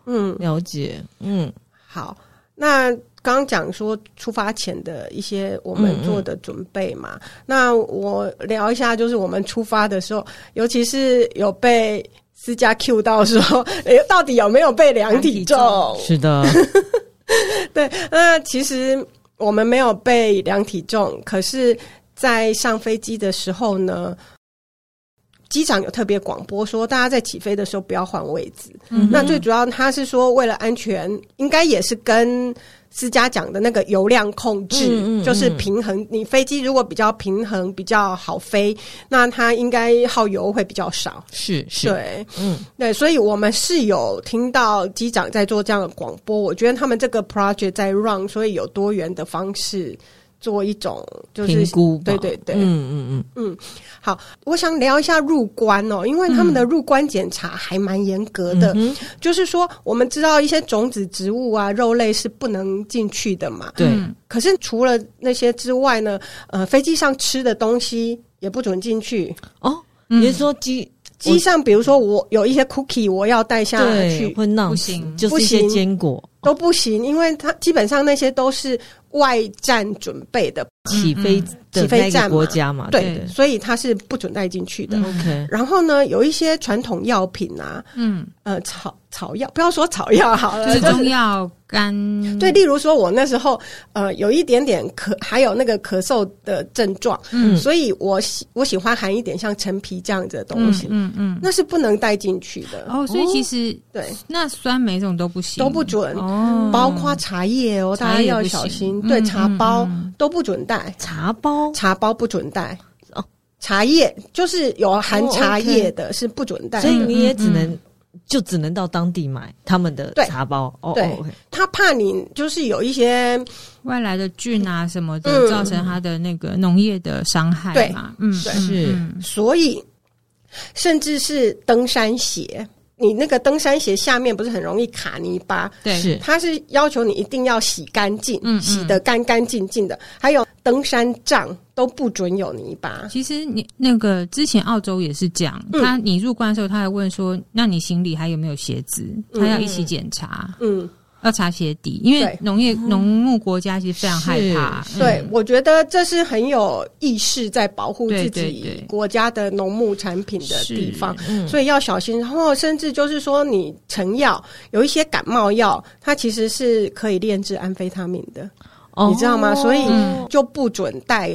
Speaker 1: 嗯，
Speaker 2: 了解，嗯
Speaker 1: 好，那刚刚讲说出发前的一些我们做的准备嘛，那我聊一下，就是我们出发的时候，尤其是有被私家 Q 到说， 诶，到底有没有被量体重？
Speaker 2: 是的，
Speaker 1: 对，那其实我们没有被量体重，可是，在上飞机的时候呢。机场有特别广播说，大家在起飞的时候不要换位置。
Speaker 3: 嗯
Speaker 1: 那最主要，他是说为了安全，应该也是跟私家讲的那个油量控制，
Speaker 2: 嗯嗯嗯
Speaker 1: 就是平衡。你飞机如果比较平衡，比较好飞，那它应该耗油会比较少。
Speaker 2: 是是，
Speaker 1: 对
Speaker 2: 嗯
Speaker 1: 对，所以我们是有听到机长在做这样的广播。我觉得他们这个 project 在 run，所以有多元的方式做一种就是
Speaker 2: 评估吧，
Speaker 1: 对对对，
Speaker 2: 嗯嗯
Speaker 1: 好，我想聊一下入关哦，因为他们的入关检查还蛮严格的，
Speaker 2: 嗯嗯哼
Speaker 1: 就是说我们知道一些种子植物啊、肉类是不能进去的嘛，
Speaker 2: 对
Speaker 3: 嗯
Speaker 1: 可是除了那些之外呢，呃，飞机上吃的东西也不准进去。
Speaker 2: 哦，
Speaker 3: 嗯
Speaker 2: 你是说鸡
Speaker 1: 机上，比如说我有一些 cookie，我要带下
Speaker 2: 对
Speaker 1: 去
Speaker 2: 会浪
Speaker 3: 不
Speaker 2: 死
Speaker 3: 行
Speaker 2: 就是一
Speaker 1: 不
Speaker 2: 些
Speaker 1: 行
Speaker 2: 坚果
Speaker 1: 都不行，因为它基本上那些都是外站准备的，
Speaker 3: 嗯
Speaker 2: 起飞的
Speaker 1: 起飞
Speaker 2: 那
Speaker 1: 站嘛
Speaker 2: 个国家嘛，
Speaker 1: 对，
Speaker 2: 对
Speaker 1: 所以它是不准带进去的。
Speaker 3: 嗯
Speaker 2: ，OK，
Speaker 1: 然后呢，有一些传统药品啊，
Speaker 3: 嗯，
Speaker 1: 呃，草草药，不要说草药好了，
Speaker 3: 就是
Speaker 1: 呃 就是
Speaker 3: 中药干嗯
Speaker 1: 对，例如说，我那时候呃有一点点咳，还有那个咳嗽的症状，
Speaker 2: 嗯
Speaker 1: 所以我喜我喜欢含一点像陈皮这样子的东
Speaker 3: 嗯
Speaker 1: 西，
Speaker 3: 嗯嗯，
Speaker 1: 那是不能带进去的，
Speaker 3: 哦，所以其实
Speaker 1: 对，
Speaker 3: 那酸梅这种都不行，
Speaker 1: 都不准，
Speaker 3: 哦，
Speaker 1: 包括茶叶哦，大
Speaker 3: 茶
Speaker 1: 家
Speaker 3: 叶
Speaker 1: 要
Speaker 3: 不
Speaker 1: 小
Speaker 3: 行
Speaker 1: 心，
Speaker 3: 嗯
Speaker 1: 对，
Speaker 3: 嗯
Speaker 1: 茶包
Speaker 3: 嗯
Speaker 1: 都不准带，
Speaker 2: 茶包
Speaker 1: 茶包不准带
Speaker 2: 哦。
Speaker 1: 茶叶就是有含
Speaker 2: 哦
Speaker 1: 茶
Speaker 2: OK
Speaker 1: 叶的，是不准带的。
Speaker 2: 所以你也只
Speaker 3: 嗯
Speaker 2: 能就只能到当地买他们的
Speaker 1: 对
Speaker 2: 茶包哦。
Speaker 1: 对
Speaker 2: 哦，OK
Speaker 1: 他怕你就是有一些
Speaker 3: 外来的菌啊什么
Speaker 1: 嗯
Speaker 3: 的，造成它的那个农业的伤害嘛。嗯，
Speaker 1: 对
Speaker 3: 嗯
Speaker 2: 是
Speaker 3: 嗯
Speaker 1: 所以甚至是登山鞋，你那个登山鞋下面不是很容易卡泥巴？
Speaker 3: 对，
Speaker 2: 是
Speaker 1: 它是要求你一定要洗干净，
Speaker 3: 嗯嗯
Speaker 1: 洗得干干净净的。还有登山杖都不准有泥巴，
Speaker 3: 其实你那个之前澳洲也是这样，
Speaker 1: 嗯
Speaker 3: 他你入关的时候，他还问说，那你行李还有没有鞋子？
Speaker 1: 嗯
Speaker 3: 他要一起检查，
Speaker 1: 嗯，
Speaker 3: 要查鞋底，因为
Speaker 1: 对哦
Speaker 3: 农业农牧国家其实非常害怕。
Speaker 2: 是
Speaker 1: 对，我觉得这是很有意识在保护自
Speaker 3: 对对
Speaker 1: 己
Speaker 3: 对
Speaker 1: 国家的农牧产品的地方。
Speaker 2: 嗯，
Speaker 1: 所以要小心，然后甚至就是说，你成药有一些感冒药，它其实是可以炼制安非他命的。
Speaker 2: 哦
Speaker 1: 你知道吗所以
Speaker 2: 嗯
Speaker 1: 就不准带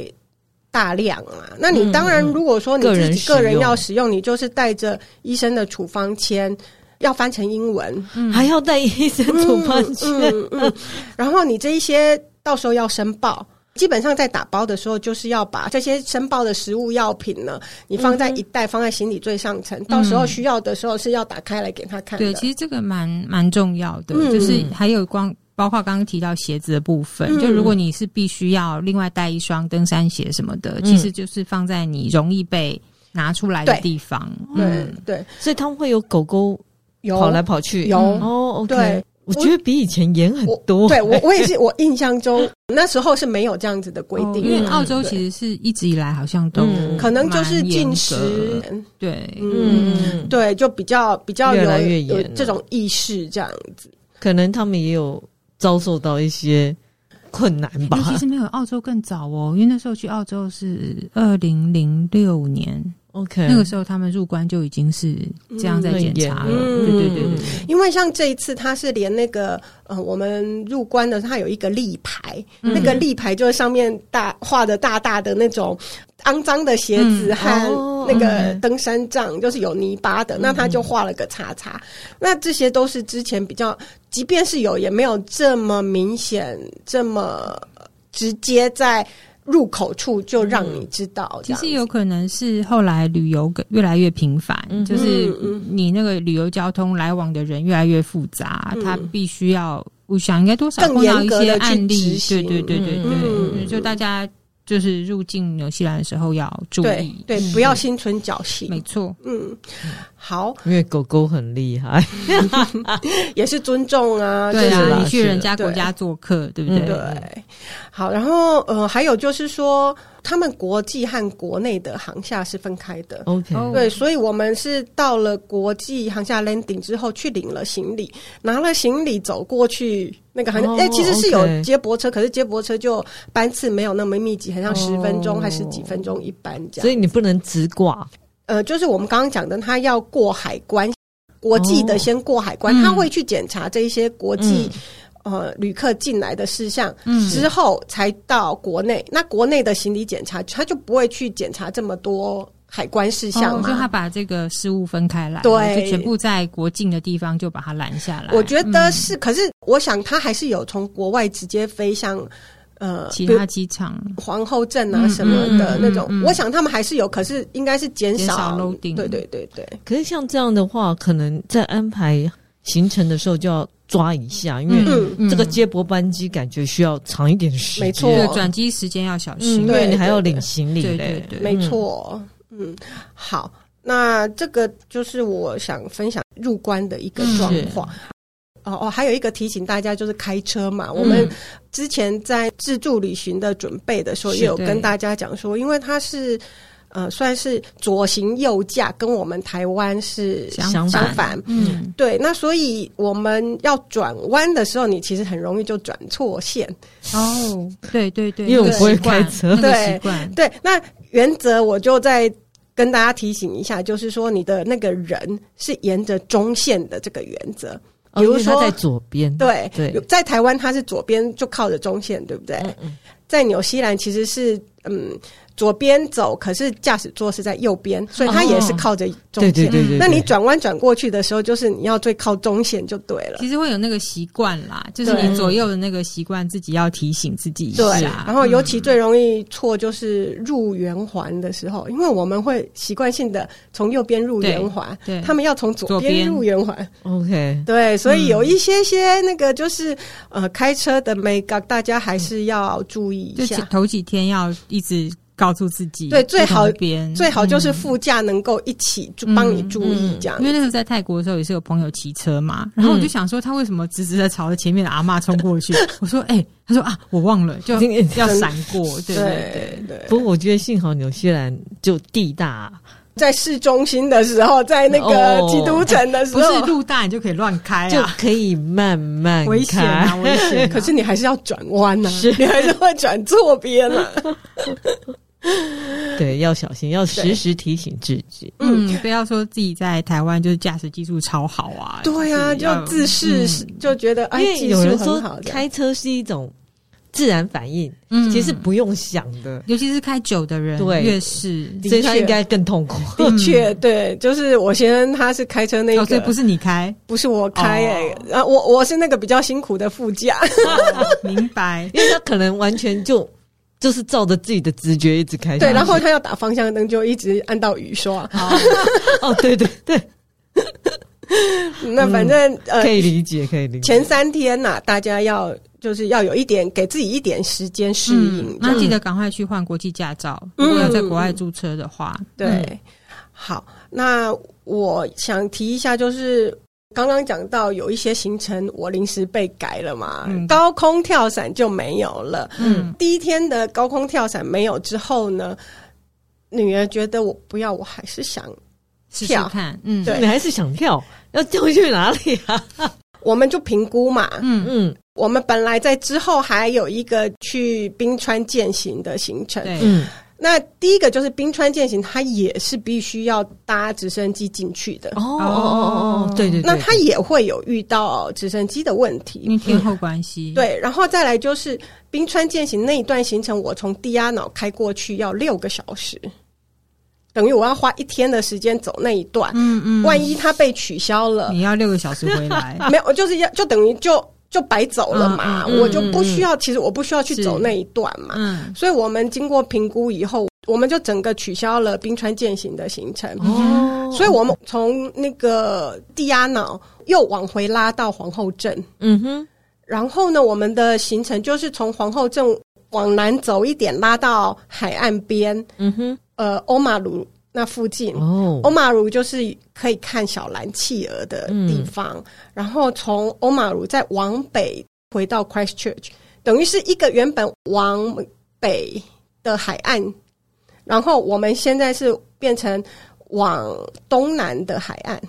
Speaker 1: 大量啊。那你当然，如果说你
Speaker 2: 嗯个
Speaker 1: 自
Speaker 2: 人
Speaker 1: 己
Speaker 2: 使
Speaker 1: 个人
Speaker 2: 用
Speaker 1: 要使用，你就是带着医生的处方签，要翻成英 文，
Speaker 3: 嗯
Speaker 2: 还要带医生处方去，
Speaker 1: 嗯嗯嗯，然后你这一些到时候要申报。基本上在打包的时候，就是要把这些申报的食物药品呢，你放
Speaker 2: 嗯
Speaker 1: 在一袋，放在行李最上层。到时候需要的时候是要打开来给他看的。
Speaker 3: 对，其实这个蛮蛮重要的，
Speaker 1: 嗯
Speaker 3: 就是还有光包括刚刚提到鞋子的部分，
Speaker 1: 嗯
Speaker 3: 就如果你是必须要另外带一双登山鞋什么的，其实就是放在你容易被拿出来的
Speaker 1: 嗯对
Speaker 3: 地方。
Speaker 1: 对
Speaker 3: 嗯
Speaker 1: 对，
Speaker 2: 所以他们会有狗狗
Speaker 1: 有
Speaker 2: 跑来跑去。
Speaker 1: 有
Speaker 2: 哦，OK，
Speaker 1: 对
Speaker 2: 我觉得比以前严很多。
Speaker 1: 对 我我也是，我印象中那时候是没有这样子的规
Speaker 3: 哦
Speaker 1: 定的，嗯
Speaker 3: 因为澳洲
Speaker 1: 对
Speaker 3: 其实是一直以来好像都
Speaker 2: 嗯
Speaker 1: 可能就是
Speaker 3: 蛮严
Speaker 1: 进
Speaker 3: 格
Speaker 1: 食，
Speaker 3: 对，
Speaker 1: 嗯，对，就比较比较有
Speaker 2: 越来越严
Speaker 1: 有
Speaker 2: 了
Speaker 1: 这种意识这样子。
Speaker 2: 可能他们也有遭受到一些困难吧
Speaker 3: 尤。其是没有澳洲更早哦，因为那时候去澳洲是二零零六年，
Speaker 2: OK，
Speaker 3: 那个时候他们入关就已经是这样在检查了。
Speaker 1: 嗯
Speaker 3: 对对对对对，
Speaker 1: 因为像这一次，它是连那个呃，我们入关的，它有一个立牌，
Speaker 3: 嗯
Speaker 1: 那个立牌就是上面大画的大大的那种肮脏的鞋子
Speaker 3: 嗯
Speaker 1: 和
Speaker 2: 哦
Speaker 1: 那个
Speaker 3: 嗯
Speaker 1: 登山杖，就是有泥巴的，那他就画了个叉叉。那这些都是之前比较，即便是有，也没有这么明显，这么直接在。入口处就让你知道。
Speaker 3: 其实
Speaker 1: 有
Speaker 3: 有可能是后来旅游跟越来越频繁，
Speaker 2: 嗯
Speaker 3: 就是
Speaker 1: 嗯嗯
Speaker 3: 你那个旅游交通来往的人越来越复杂，
Speaker 1: 嗯
Speaker 3: 他必须要，我想应该多少
Speaker 1: 更
Speaker 3: 碰到
Speaker 1: 严
Speaker 3: 一
Speaker 1: 格地
Speaker 3: 些
Speaker 1: 去
Speaker 3: 案例
Speaker 1: 执，行
Speaker 3: 对对对对
Speaker 2: 嗯
Speaker 1: 嗯
Speaker 3: 对，就大家就是入境纽西兰的时候要注
Speaker 1: 对
Speaker 3: 意，嗯
Speaker 1: 对，不要心存侥幸。
Speaker 3: 没错，
Speaker 1: 嗯，好，
Speaker 2: 因为狗狗很厉害，
Speaker 1: 也是尊重啊，就
Speaker 3: 对
Speaker 1: 是
Speaker 3: 啊，
Speaker 2: 啦
Speaker 3: 你去
Speaker 2: 是啦
Speaker 3: 人家国家做客，对不哦
Speaker 2: 嗯
Speaker 3: 对？
Speaker 1: 对，好，然后呃，还有就是说，他们国际和国内的航厦是分开的。
Speaker 2: OK，
Speaker 3: 哦
Speaker 1: 对，所以我们是到了国际航厦 landing 之后，去领了行李，拿了行李走过去那个航厦。
Speaker 2: 哦
Speaker 1: 哎、其实是有
Speaker 2: OK
Speaker 1: 接驳车，可是接驳车就班次没有那么密集，很像十分钟
Speaker 2: 哦
Speaker 1: 还是几分钟一班这样。
Speaker 2: 所以你不能直挂，
Speaker 1: 呃，就是我们刚刚讲的，他要过海关，国际的先过海关，
Speaker 3: 哦
Speaker 1: 他会去检查这一些国际、呃旅客进来的事项，
Speaker 3: 嗯
Speaker 1: 之后才到国内。那国内的行李检查，他就不会去检查这么多海关事项
Speaker 3: 哦，就他
Speaker 1: 嘛。
Speaker 3: 把这个事物分开来，
Speaker 1: 啊对
Speaker 3: 就全部在国境的地方就把它拦下来。嗯
Speaker 1: 我觉得是，可是我想他还是有从国外直接飞向呃，
Speaker 3: 其
Speaker 1: 比如
Speaker 3: 他机场
Speaker 1: 皇后镇啊
Speaker 3: 嗯
Speaker 1: 什么的
Speaker 3: 嗯嗯
Speaker 1: 那种。
Speaker 3: 嗯嗯
Speaker 1: 我想他们还是有，可是应该是减
Speaker 3: 减
Speaker 1: 少
Speaker 3: 少 loading
Speaker 1: 对对对对，
Speaker 2: 可是像这样的话，可能在安排行程的时候就要抓一下，因为
Speaker 1: 嗯
Speaker 2: 这个接驳班机感觉需要长一点时间，
Speaker 1: 没错
Speaker 3: 对转机时间要小
Speaker 2: 嗯，
Speaker 3: 心
Speaker 2: 因
Speaker 1: 对。
Speaker 2: 为你还要领行李
Speaker 3: 对对
Speaker 2: 嘞，
Speaker 3: 对
Speaker 1: 没错，嗯，好，那这个就是我想分享入关的一个状况。哦哦，还有一个提醒大家就是开车嘛，
Speaker 2: 嗯
Speaker 3: 嗯
Speaker 1: 我们之前在自助旅行的准备的时候，
Speaker 3: 是
Speaker 1: 也有
Speaker 3: 对
Speaker 1: 跟大家讲说，因为它是呃算是左行右驾，跟我们台湾是
Speaker 2: 相
Speaker 1: 相
Speaker 2: 反
Speaker 1: 反。
Speaker 3: 嗯，
Speaker 1: 对，那所以我们要转弯的时候，你其实很容易就转错线。
Speaker 3: 哦，对对对，
Speaker 2: 因为我
Speaker 3: 那个
Speaker 2: 不会
Speaker 3: 习惯
Speaker 2: 开车
Speaker 3: 那个
Speaker 1: 对
Speaker 3: 习惯，
Speaker 1: 对，那原则我就再跟大家提醒一下，就是说你的那个人是沿着中线的这个原则，
Speaker 2: 哦
Speaker 1: 比如
Speaker 2: 因为它
Speaker 1: 说
Speaker 2: 在左边，
Speaker 1: 对
Speaker 2: 对，嗯
Speaker 1: 在台湾它是左边就靠着中线，对不对？在纽西兰其实是嗯左边走，可是驾驶座是在右边，所以它也是靠着中
Speaker 2: 哦对
Speaker 1: 线。
Speaker 2: 对对对对，
Speaker 1: 那你转弯转过去的时候，就是你要最靠中线就对了。
Speaker 3: 其实会有那个习惯啦，就是
Speaker 1: 对
Speaker 3: 你左右的那个习惯，自己要提醒自己一
Speaker 1: 对
Speaker 3: 下。，
Speaker 2: 啊
Speaker 3: 嗯
Speaker 1: 然后尤其最容易错就是入圆环的时候，因为我们会习惯性的从右边入圆环，
Speaker 3: 对对
Speaker 1: 他们要从左
Speaker 3: 左
Speaker 1: 边
Speaker 3: 边
Speaker 1: 入圆环，
Speaker 2: OK，
Speaker 1: 对，所以有一些些那个就是呃开车的 make up，大家还是要注意一
Speaker 3: 就几
Speaker 1: 下。
Speaker 3: 头几天要一直告诉自己，
Speaker 1: 对最好
Speaker 3: 边
Speaker 1: 最好就是副驾能够一起注
Speaker 3: 嗯
Speaker 1: 帮你注意
Speaker 2: 嗯
Speaker 1: 这样
Speaker 3: 因，为那时候在泰国的时候，也是有朋友骑车
Speaker 1: 嗯
Speaker 3: 嘛，然后我就想说，他为什么直直的朝着前面的阿嬷冲过去？ 我说，哎、他说啊，我忘了，就
Speaker 2: 今天
Speaker 3: 要闪过，对对对。
Speaker 1: 对对。
Speaker 2: 不过我觉得幸好纽西兰就地大，
Speaker 1: 在市中心的时候，在那个
Speaker 2: 哦
Speaker 1: 基督城的时
Speaker 3: 不是
Speaker 1: 候，
Speaker 3: 路大你就可以乱
Speaker 1: 哎
Speaker 3: 开
Speaker 2: 就
Speaker 3: 啊，
Speaker 2: 可以慢慢
Speaker 3: 危险
Speaker 2: 开。
Speaker 3: 啊，危险、啊！
Speaker 1: 可是你还是要转弯呢，你还是会转错边啊了。
Speaker 2: 对，要小心，要
Speaker 1: 对
Speaker 2: 时时提醒自己。
Speaker 3: 嗯，不要说自己在台湾就是驾驶技术超好啊，
Speaker 1: 对啊，
Speaker 3: 是要嗯
Speaker 1: 就自视是、就觉得哎
Speaker 2: 因，为
Speaker 1: 技
Speaker 2: 有
Speaker 1: 术
Speaker 2: 人
Speaker 1: 很
Speaker 2: 说
Speaker 1: 好的。
Speaker 2: 开车是一种自然反应，
Speaker 3: 嗯
Speaker 2: 其实不用想的，
Speaker 3: 尤其是开酒的人，
Speaker 2: 对
Speaker 3: 越是
Speaker 1: 的
Speaker 2: 所以他
Speaker 1: 确
Speaker 2: 应该更痛 苦。
Speaker 1: 的嗯确，对，就是我先生他是开车那
Speaker 3: 哦，
Speaker 1: 个，
Speaker 3: 所以不是 你开，
Speaker 1: 不是我开
Speaker 3: 哦
Speaker 1: 哎、然后我我是那个比较辛苦的副驾，
Speaker 3: 明白？
Speaker 2: 因为他可能完全就就是照着自己的直觉一直开下 去。
Speaker 1: 对，然后他要打方向灯就一直按到雨刷，
Speaker 3: 嗯
Speaker 2: 哦，对对对，
Speaker 3: 嗯
Speaker 1: 那反正、
Speaker 2: 可
Speaker 1: 呃
Speaker 2: 以理解，可以理解。
Speaker 1: 前三天呐、大家要就是要有一点给自己一点时间适应，
Speaker 3: 嗯那记得赶快去换国际驾照，
Speaker 1: 嗯
Speaker 3: 如果要在国外注册的话，
Speaker 1: 对，
Speaker 2: 嗯
Speaker 1: 好，那我想提一下，就是刚刚讲到有一些行程我临时被改了嘛，
Speaker 3: 嗯
Speaker 1: 高空跳伞就没有了。
Speaker 3: 嗯，
Speaker 1: 第一天的高空跳伞没有之后呢，女儿觉得我不要，我还是想，
Speaker 3: 试试
Speaker 1: 跳
Speaker 3: 看，嗯，
Speaker 1: 对
Speaker 2: 你还是想跳，要跳去哪里啊？
Speaker 1: 我们就评估嘛。
Speaker 3: 嗯，
Speaker 2: 嗯
Speaker 1: 我们本来在之后还有一个去冰川践行的行程，
Speaker 3: 对，
Speaker 2: 嗯，
Speaker 1: 那第一个就是冰川践行，它也是必须要搭直升机进去的。
Speaker 2: 哦哦哦哦哦，对对对。嗯
Speaker 1: 那它也会有遇到直升机的问题，
Speaker 3: 因为天后关系，，
Speaker 1: 对，然后再来就是冰川践行那一段行程，我从迪亚瑙开过去要六个小时，等于我要花一天的时间走那一段。
Speaker 3: 嗯嗯，
Speaker 1: 万一它被取消了，
Speaker 3: 你要六个小时回来，
Speaker 1: 没有，我就是要就等于就。就白走了嘛，
Speaker 3: 嗯嗯嗯
Speaker 1: 我就不需要，其实我不需要去
Speaker 3: 是
Speaker 1: 走那一段嘛。
Speaker 3: 嗯，
Speaker 1: 所以我们经过评估以后，我们就整个取消了冰川践行的行程。
Speaker 2: 哦，
Speaker 1: 所以我们从那个地亚脑又往回拉到皇后镇，
Speaker 2: 嗯哼，
Speaker 1: 然后呢，我们的行程就是从皇后镇往南走一点，拉到海岸边，
Speaker 2: 嗯哼，
Speaker 1: 呃，欧马鲁那附近。
Speaker 2: 哦，
Speaker 1: 欧马鲁就是可以看小蓝企鹅的地方，然后从欧马鲁再往北回到 Christchurch，等于是一个原本往北的海岸，然后我们现在是变成往东南的海岸。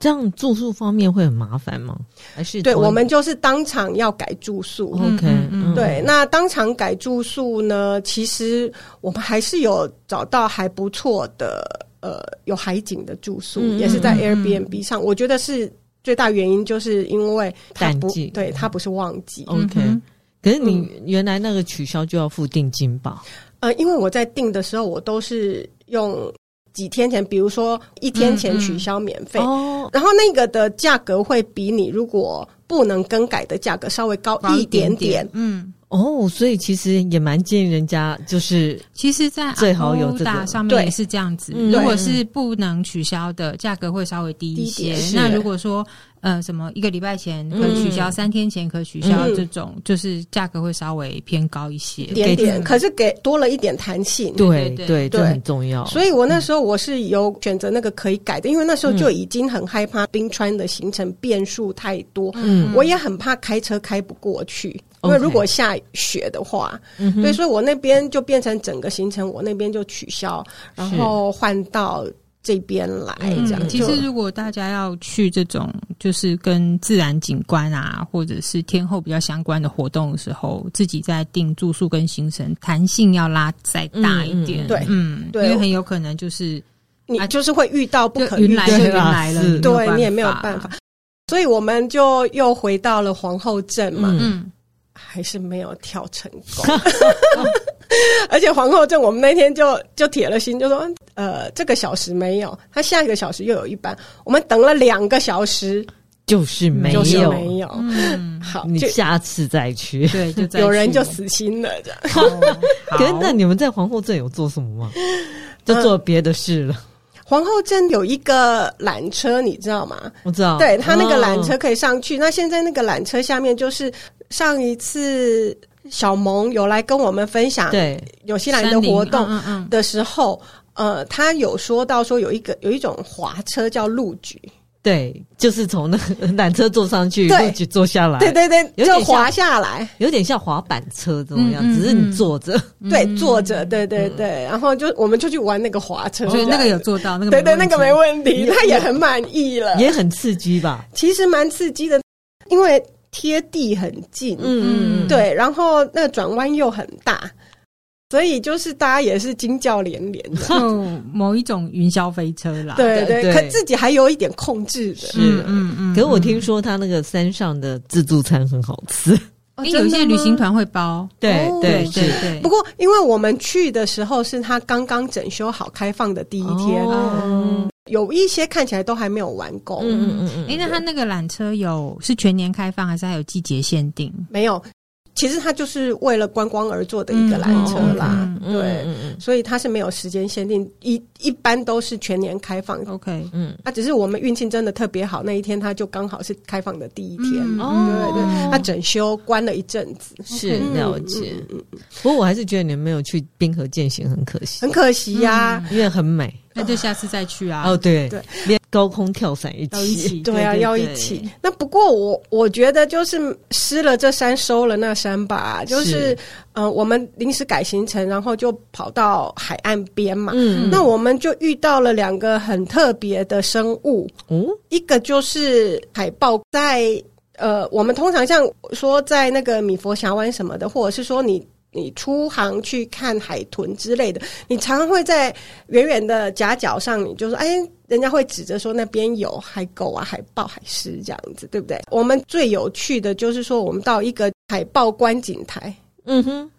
Speaker 2: 这样住宿方面会很麻烦吗？还是哦
Speaker 1: 对，
Speaker 2: 同
Speaker 1: 我们就是当场要改住宿。
Speaker 2: OK，
Speaker 3: 嗯嗯嗯
Speaker 1: 对，那当场改住宿呢？其实我们还是有找到还不错的，呃，有海景的住宿，
Speaker 2: 嗯
Speaker 1: 也是在
Speaker 3: 嗯嗯
Speaker 1: Airbnb 上。我觉得是最大原因，就是因为它不
Speaker 2: 淡季
Speaker 1: 对它不是旺季。
Speaker 2: OK，、
Speaker 3: 嗯哼
Speaker 2: 可是你原来那个取消就要付定金吧？
Speaker 1: 呃，因为我在订的时候，我都是用几天前，比如说一天前取消免费，
Speaker 2: 哦，
Speaker 1: 然后那个的价格会比你如果不能更改的价格稍微高
Speaker 3: 高
Speaker 1: 一点点。，
Speaker 3: 嗯。
Speaker 2: 哦，所以其实也蛮建议人家就是
Speaker 3: 其实，在
Speaker 2: 最好有这个
Speaker 3: Agoda 上
Speaker 1: 对
Speaker 3: 面也是这样子。
Speaker 2: 嗯
Speaker 3: 如果是不能取消的，价格会稍微低一
Speaker 1: 低一
Speaker 3: 些
Speaker 1: 点。
Speaker 2: 是
Speaker 3: 那如果说呃什么一个礼拜前可以取消，
Speaker 2: 嗯
Speaker 3: 三天前可以取消
Speaker 1: 嗯
Speaker 3: 这种，就是价格会稍微偏高一些。
Speaker 1: 点
Speaker 3: 给
Speaker 1: 点，
Speaker 3: 自
Speaker 1: 可是给多了一点弹性。
Speaker 2: 对
Speaker 3: 对
Speaker 2: 对，
Speaker 3: 对
Speaker 2: 这很重
Speaker 3: 哦
Speaker 2: 要。
Speaker 1: 所以我那时候我是有选择那个可以改的，因为那时候
Speaker 3: 嗯
Speaker 1: 就已经很害怕冰川的行程变数太多，
Speaker 2: 嗯
Speaker 1: 我也很怕开车开不过去。因
Speaker 2: OK
Speaker 1: 为如果下雪的话
Speaker 2: 嗯哼
Speaker 1: 对，所以我那边就变成整个行程，我那边就取消，然后换到这边来
Speaker 2: 嗯
Speaker 1: 这样。
Speaker 3: 其实，
Speaker 1: 就
Speaker 3: 如果大家要去这种就是跟自然景观啊，或者是天候比较相关的活动的时候，自己在定住宿跟行程弹性要拉再大一点。
Speaker 2: 嗯嗯
Speaker 1: 对
Speaker 3: 嗯，
Speaker 1: 对
Speaker 3: 因为很有可能就是
Speaker 1: 你就是会遇到不
Speaker 3: 就
Speaker 1: 可
Speaker 3: 云
Speaker 1: 预
Speaker 3: 来
Speaker 1: 期
Speaker 3: 就
Speaker 1: 的
Speaker 3: 云来了，
Speaker 2: 是
Speaker 3: 没有
Speaker 1: 对你也没有办法。，所以我们就又回到了皇后镇嘛，
Speaker 2: 嗯
Speaker 3: 嗯，
Speaker 1: 还是没有跳成功。 而且皇后镇，我们那天就就铁了心，就说呃，这个小时没有，他下一个小时又有一班，我们等了两个小时，
Speaker 2: 就是没
Speaker 1: 就是
Speaker 2: 有，
Speaker 1: 没有。
Speaker 3: 嗯，
Speaker 1: 好，
Speaker 2: 你
Speaker 1: 就
Speaker 2: 下次再去。
Speaker 3: 对，就 再
Speaker 1: 有人
Speaker 3: 去
Speaker 1: 就。死心了，这样。
Speaker 3: 哦好
Speaker 2: 可是那你们在皇后镇有做什么吗？
Speaker 1: 嗯
Speaker 2: 就做别的事了，
Speaker 1: 皇后镇有一个缆车，你知道吗？
Speaker 2: 我知道。
Speaker 1: 对，它那个缆车
Speaker 2: 哦，
Speaker 1: 可以上去。那现在那个缆车下面就是上一次小萌有来跟我们分享
Speaker 2: 对，
Speaker 1: 纽西兰的活动，
Speaker 3: 嗯嗯嗯，
Speaker 1: 的时候，呃，他有说到说有一个有一种滑车叫路局，
Speaker 2: 对，就是从那个缆车坐上去，
Speaker 1: 对
Speaker 2: 或许坐下来，
Speaker 1: 对，对
Speaker 2: 有
Speaker 1: 对，
Speaker 2: 点
Speaker 1: 就滑下来，
Speaker 2: 有点像滑板车这种样，
Speaker 3: 嗯嗯
Speaker 2: 只是你
Speaker 3: 嗯
Speaker 2: 坐着。
Speaker 1: 对，坐着，对对对，然后就我们就去玩那个滑车，
Speaker 3: 哦所以
Speaker 1: 这
Speaker 3: 那
Speaker 1: 样
Speaker 3: 个有。做到，那个
Speaker 1: 对对，那个没
Speaker 3: 问
Speaker 1: 问题，他也很满意了，
Speaker 2: 也很刺激吧？
Speaker 1: 其实蛮刺激的，因为贴地很近，
Speaker 2: 嗯嗯，嗯，
Speaker 1: 对，然后那个转弯又很大，所以就是大家也是惊叫连连的，
Speaker 3: 题就某一种云霄飞车啦。
Speaker 1: 对
Speaker 2: 对
Speaker 1: 对，
Speaker 2: 对
Speaker 1: 可自己还有一点控制的，
Speaker 2: 是
Speaker 3: 嗯嗯。
Speaker 2: 可是我听说他那个山上的自助餐很好吃，
Speaker 1: 哦
Speaker 3: 哎因为有一些旅
Speaker 1: 真
Speaker 3: 行。
Speaker 1: 的吗
Speaker 3: 团会包，
Speaker 2: 对
Speaker 1: 哦
Speaker 2: 对
Speaker 3: 对
Speaker 2: 是
Speaker 3: 对，对，
Speaker 1: 不过，因为我们去的时候是他刚刚整修好开放的第一天，
Speaker 2: 哦
Speaker 1: 有一些看起来都还没有完工，
Speaker 2: 嗯嗯嗯
Speaker 3: 哎、
Speaker 2: 嗯，
Speaker 3: 那它那个缆车有是全年开放，还是还有季节限定？
Speaker 1: 没有。其实它就是为了观光而做的一个缆车啦，
Speaker 3: 嗯
Speaker 2: 嗯
Speaker 1: 对
Speaker 2: 嗯嗯
Speaker 1: 所以它是没有时间限定，一一般都是全年开放。
Speaker 3: OK，
Speaker 2: 嗯
Speaker 1: 啊，只是我们运气真的特别好，那一天它就刚好是开放的第一天，
Speaker 3: 嗯
Speaker 2: 哦
Speaker 1: 对对，它整修关了一阵子，
Speaker 2: 嗯，是
Speaker 1: 嗯
Speaker 2: 了解。
Speaker 1: 嗯嗯嗯
Speaker 2: 不过我还是觉得你们没有去冰河践行很可惜
Speaker 1: 很，可惜呀、
Speaker 2: 因为很美
Speaker 3: 嗯那就下次再去啊。
Speaker 2: 哦，对
Speaker 1: 对，
Speaker 2: 连高空跳伞一
Speaker 3: 要一
Speaker 2: 起，
Speaker 3: 起，
Speaker 1: 对啊，要一起。。那不过我我觉得就是失了这山，收了那山吧。就是
Speaker 2: 是
Speaker 1: 呃，我们临时改行程，然后就跑到海岸边嘛。
Speaker 2: 嗯，
Speaker 1: 那我们就遇到了两个很特别的生物，
Speaker 2: 哦，
Speaker 1: 一个就是海豹在。呃，我们通常像说在那个米佛峡湾什么的，或者是说你你出航去看海豚之类的，你常常会在远远的夹角上，你就说，哎，人家会指着说那边有海狗啊、海豹、海狮这样子，对不对？我们最有趣的就是说，我们到一个海豹观景台，
Speaker 2: 嗯哼，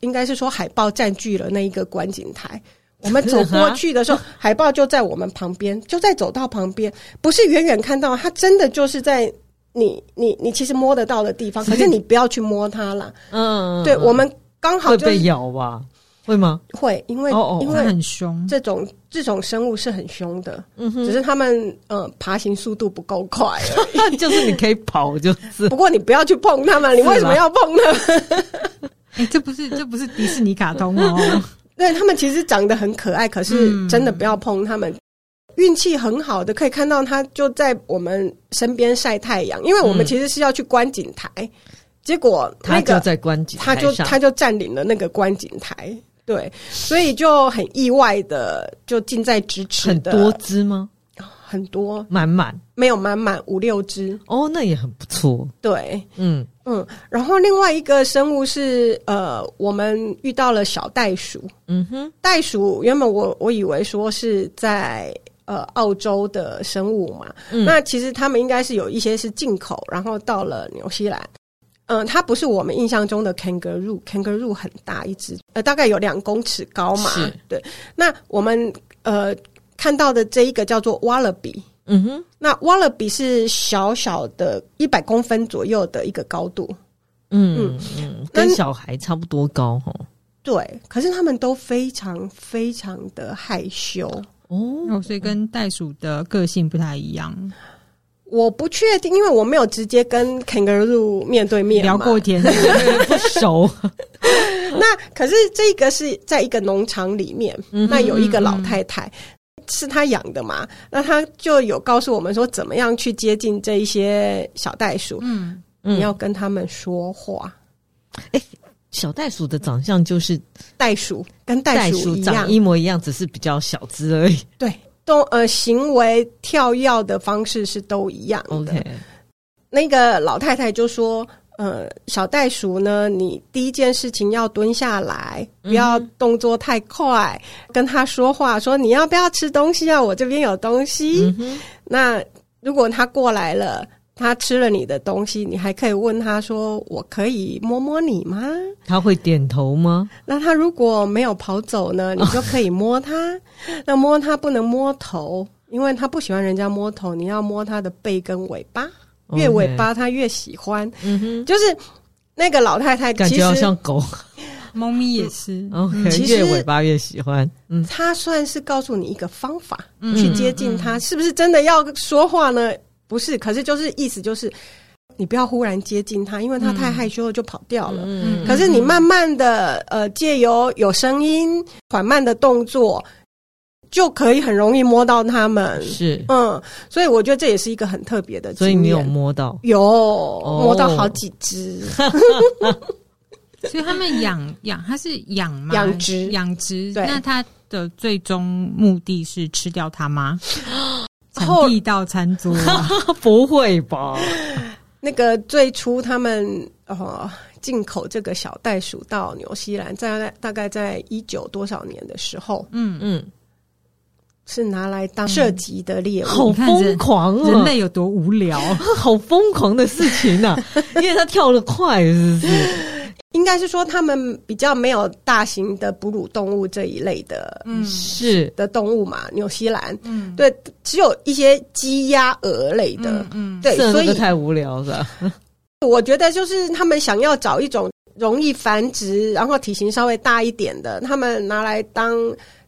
Speaker 1: 应该是说海豹占据了那一个观景台。我们走过去的时候，海豹就在我们旁边，就在走道旁边，不是远远看到，它真的就是在你你你其实摸得到的地方，可是你不要去摸它啦。
Speaker 2: 嗯，嗯
Speaker 1: 对
Speaker 2: 嗯
Speaker 1: 我们刚好
Speaker 2: 会
Speaker 1: 就
Speaker 2: 被
Speaker 1: 是
Speaker 2: 咬吧？会吗？
Speaker 1: 会，因为
Speaker 2: 哦哦
Speaker 1: 因
Speaker 3: 它
Speaker 1: 为
Speaker 3: 很凶，
Speaker 1: 这种这种生物是很凶的，
Speaker 2: 嗯
Speaker 1: 只
Speaker 2: 哼，
Speaker 1: 是它们呃爬行速度不够快而已。
Speaker 2: 就是你可以跑，就是
Speaker 1: 不过你不要去碰它们，你为什么要碰它们？
Speaker 3: 哎、这不是这不是迪士尼卡通哦，
Speaker 1: 对，它们其实长得很可爱，可
Speaker 2: 嗯
Speaker 1: 是真的不要碰它们。运气很好的，可以看到它就在我们身边晒太阳，因为我们
Speaker 2: 嗯
Speaker 1: 其实是要去观景台，结果
Speaker 2: 它
Speaker 1: 那
Speaker 2: 就
Speaker 1: 个
Speaker 2: 在观景
Speaker 1: 他
Speaker 2: 台
Speaker 1: 就
Speaker 2: 上
Speaker 1: 他就占领了那个观景台，对，所以就很意外的就近在咫尺
Speaker 2: 很
Speaker 1: 的
Speaker 2: 多只吗？
Speaker 1: 很多
Speaker 2: 满满
Speaker 1: 没有满满五六只，
Speaker 2: 哦，那也很不错。
Speaker 1: 对，
Speaker 2: 嗯，
Speaker 1: 嗯，然后另外一个生物是呃，我们遇到了小袋鼠，
Speaker 2: 嗯哼，
Speaker 1: 袋鼠原本我我以为说是在。呃，澳洲的生物嘛，
Speaker 2: 嗯
Speaker 1: 那其实他们应该是有一些是进口，然后到了纽西兰，嗯、它不是我们印象中的 kangaroo，kangaroo 很大一只，呃，大概有两公尺高嘛
Speaker 2: 是，
Speaker 1: 对。那我们呃看到的这一个叫做 wallaby，
Speaker 2: 嗯哼，
Speaker 1: 那 wallaby 是小小的，一百公分左右的一个高度，
Speaker 2: 嗯嗯，跟
Speaker 1: 那
Speaker 2: 小孩差不多高哈。
Speaker 1: 对，可是他们都非常非常的害羞。
Speaker 2: 哦，
Speaker 3: 哦，所以跟袋鼠的个性不太一样。
Speaker 1: 我不确定，因为我没有直接跟 kangaroo 面对面
Speaker 3: 聊
Speaker 1: 嘛
Speaker 3: 过。天，
Speaker 2: 不熟。
Speaker 1: 那可是这个是在一个农场里面，
Speaker 2: 嗯哼
Speaker 1: 那有一个老太太。是她养的嘛？那她就有告诉我们说，怎么样去接近这一些小袋鼠，
Speaker 3: 嗯，
Speaker 1: 你
Speaker 2: 嗯，
Speaker 1: 要跟他们说话。
Speaker 2: 小袋鼠的长相就是
Speaker 1: 袋鼠跟
Speaker 2: 袋
Speaker 1: 袋鼠
Speaker 2: 鼠
Speaker 1: 一样
Speaker 2: 长，一模一样，只是比较小只而已。
Speaker 1: 对，动呃行为跳跃的方式是都一样的。
Speaker 2: OK，
Speaker 1: 那个老太太就说：“呃，小袋鼠呢，你第一件事情要蹲下来，
Speaker 2: 嗯
Speaker 1: 不要动作太快，跟它说话，说你要不要吃东西啊？我这边有东西。
Speaker 2: 嗯哼，
Speaker 1: 那如果它过来了。”它吃了你的东西，你还可以问它说：“我可以摸摸你吗
Speaker 2: 它会点头吗？？”
Speaker 1: 那它如果没有跑走呢，你就可以摸 它。那摸它不能摸头，因为它不喜欢人家摸头，你要摸它的背跟尾巴，越尾
Speaker 2: OK，
Speaker 1: 巴它越喜欢。
Speaker 2: 嗯哼，
Speaker 1: 就是那个老太太，
Speaker 2: 感
Speaker 1: 其
Speaker 2: 觉好
Speaker 1: 实
Speaker 2: 像狗。
Speaker 3: 猫咪也
Speaker 1: 嗯
Speaker 3: 是，嗯
Speaker 2: OK，
Speaker 1: 其实
Speaker 2: 越尾巴越喜欢。嗯，
Speaker 1: 她算是告诉你一个方法、
Speaker 3: 嗯
Speaker 1: 去接近它，是不是真的要说话呢？不是，可是就是意思就是，你不要忽然接近它，因为它太害羞了就跑掉了。
Speaker 2: 嗯
Speaker 1: 可是你慢慢的，呃，借由有声音、缓慢的动作，就可以很容易摸到它们。
Speaker 2: 是，呃
Speaker 1: 嗯，所以我觉得这也是一个很特别的经验。
Speaker 2: 所以你有摸哦到。
Speaker 1: 有摸到好几只，
Speaker 3: 所以他们养养，它是养吗？
Speaker 1: 养殖
Speaker 3: 养殖。
Speaker 1: 对
Speaker 3: 那它的最终目的是吃掉 它吗？产
Speaker 1: 后
Speaker 3: 地到餐桌 啊，
Speaker 2: 不会吧？
Speaker 1: 那个最初他们呃进口这个小袋鼠到纽西兰，在大概在一九多少年的时候，
Speaker 3: 嗯，
Speaker 2: 嗯，
Speaker 1: 是拿来当射击的猎物。
Speaker 2: 好疯狂
Speaker 3: 嗯人
Speaker 2: 啊！
Speaker 3: 类有多无聊？
Speaker 2: 好疯狂的事情 啊！因为它跳得快，是不是？
Speaker 1: 应该是说他们比较没有大型的哺乳动物这一类的、
Speaker 3: 嗯
Speaker 2: 是，
Speaker 1: 的动物嘛，纽西兰
Speaker 3: 嗯，
Speaker 1: 对，只有一些鸡、鸭、鹅类的。
Speaker 3: 嗯，
Speaker 1: 对，
Speaker 2: 射
Speaker 1: 所
Speaker 2: 啊那
Speaker 1: 以
Speaker 2: 个太无聊了。
Speaker 1: 我觉得就是他们想要找一种容易繁殖，然后体型稍微大一点的，他们拿来当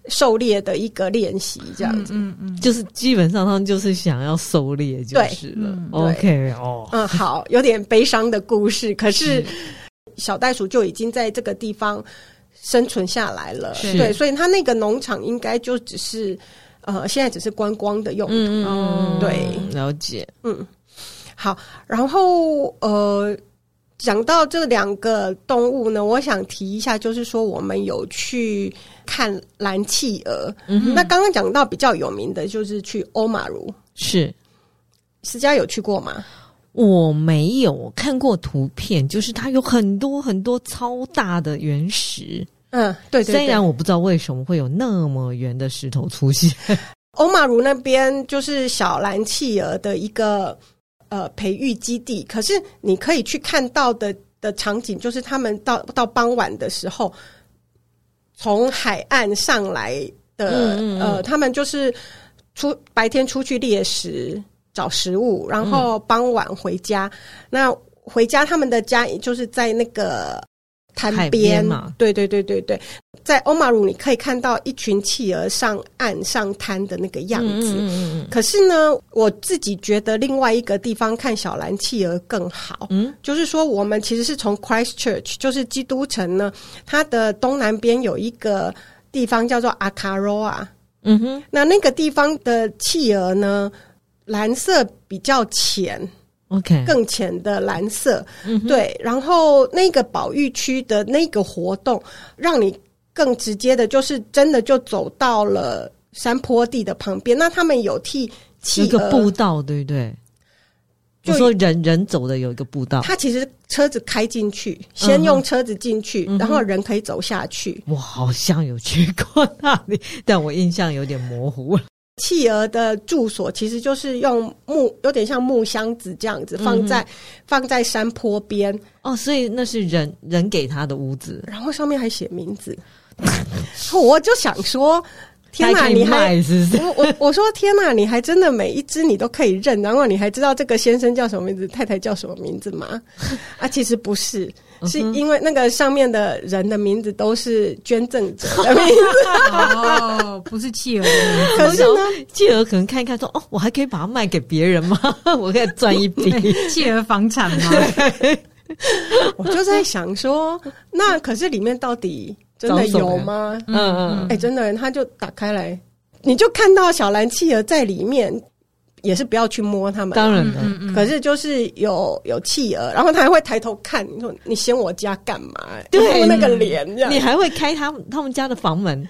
Speaker 1: 狩猎的一个练习，这样子。
Speaker 3: 嗯嗯，
Speaker 2: 就是基本上他们就是想要狩猎就是了
Speaker 3: 对嗯。
Speaker 2: OK 哦，
Speaker 1: 嗯，好，有点悲伤的故事，可
Speaker 2: 嗯
Speaker 1: 是小袋鼠就已经在这个地方生存下来了。
Speaker 3: 是
Speaker 1: 对，所以它那个农场应该就只是呃，现在只是观光的用途。
Speaker 2: 嗯
Speaker 3: 哦
Speaker 1: 对
Speaker 2: 了解。
Speaker 1: 嗯，好，然后呃，讲到这两个动物呢，我想提一下，就是说我们有去看蓝企鹅。
Speaker 2: 嗯哼，
Speaker 1: 那刚刚讲到比较有名的就是去欧马如，
Speaker 2: 是
Speaker 1: 思佳有去过吗？
Speaker 2: 我没有看过图片，就是它有很多很多超大的原石，
Speaker 1: 嗯，对对对。
Speaker 2: 虽然我不知道为什么会有那么圆的石头出现。
Speaker 1: 欧马如那边就是小蓝企鹅的一个呃培育基地，可是你可以去看到的的场景，就是他们到到傍晚的时候，从海岸上来的，
Speaker 2: 嗯嗯嗯
Speaker 1: 呃，他们就是出白天出去猎食。找食物，然后傍晚回家。那回家他们的家就是在那个滩
Speaker 2: 海边
Speaker 1: 边
Speaker 2: 嘛
Speaker 1: 对对对对对，在欧马鲁你可以看到一群企鹅上岸上滩的那个样子。
Speaker 2: 嗯
Speaker 1: 可是呢，我自己觉得另外一个地方看小蓝企鹅更好。
Speaker 2: 嗯
Speaker 1: 就是说，我们其实是从 Christchurch，就是基督城呢，它的东南边有一个地方叫做阿卡罗啊。
Speaker 2: 嗯哼，
Speaker 1: 那那个地方的企鹅呢，蓝色比较浅，
Speaker 2: ，OK，
Speaker 1: 更浅的蓝色。
Speaker 2: 嗯哼
Speaker 1: 对，然后那个保育区的那个活动，让你更直接的，就是真的就走到了山坡地的旁边。那他们有替企
Speaker 2: 有一个
Speaker 1: 鹅
Speaker 2: 步道，对不对？
Speaker 1: 就
Speaker 2: 呃就说人人走的有一个步道，
Speaker 1: 他其实车子开进去，先用车子进去，
Speaker 2: 嗯嗯哼
Speaker 1: 然后人可以走下去。
Speaker 2: 我好像有去过那里， 但我印象有点模糊了。
Speaker 1: 企鹅的住所其实就是用木，有点像木箱子这样子
Speaker 2: 嗯哼
Speaker 1: 放在、放在山坡边，
Speaker 2: 哦，所以那是人人给他的屋子，
Speaker 1: 然后上面还写名字。 我就想说，天
Speaker 2: 他
Speaker 1: 哪，
Speaker 2: 还可
Speaker 1: 你
Speaker 2: 以
Speaker 1: 还。
Speaker 2: 卖是不是？
Speaker 1: 我我 我说天哪，你还真的每一只你都可以认，然后你还知道这个先生叫什么名字，太太叫什么名字吗？啊，其实不是，是因为那个上面的人的名字都是捐赠者的名字。
Speaker 3: 哦，不是 企鹅的名字
Speaker 1: 可
Speaker 2: 嗯
Speaker 1: 是呢，
Speaker 2: 继而可能看一看说，哦，我还可以把它卖给别人吗？ 我可以赚一笔。
Speaker 3: 企鹅房产吗？
Speaker 1: 我就在想说，那可是里面到底真的有吗？
Speaker 2: 嗯嗯
Speaker 1: 哎、真的，他就打开来，你就看到小蓝企鹅在里面，也是不要去摸它们。
Speaker 2: 当然
Speaker 3: 嗯
Speaker 2: 了，
Speaker 3: 嗯嗯，
Speaker 1: 可是就是有有企鹅，然后他还会抬头看你说你掀我家干嘛？
Speaker 2: 对
Speaker 1: 然后那个脸这样
Speaker 2: 你，还会开他们他们家的房门，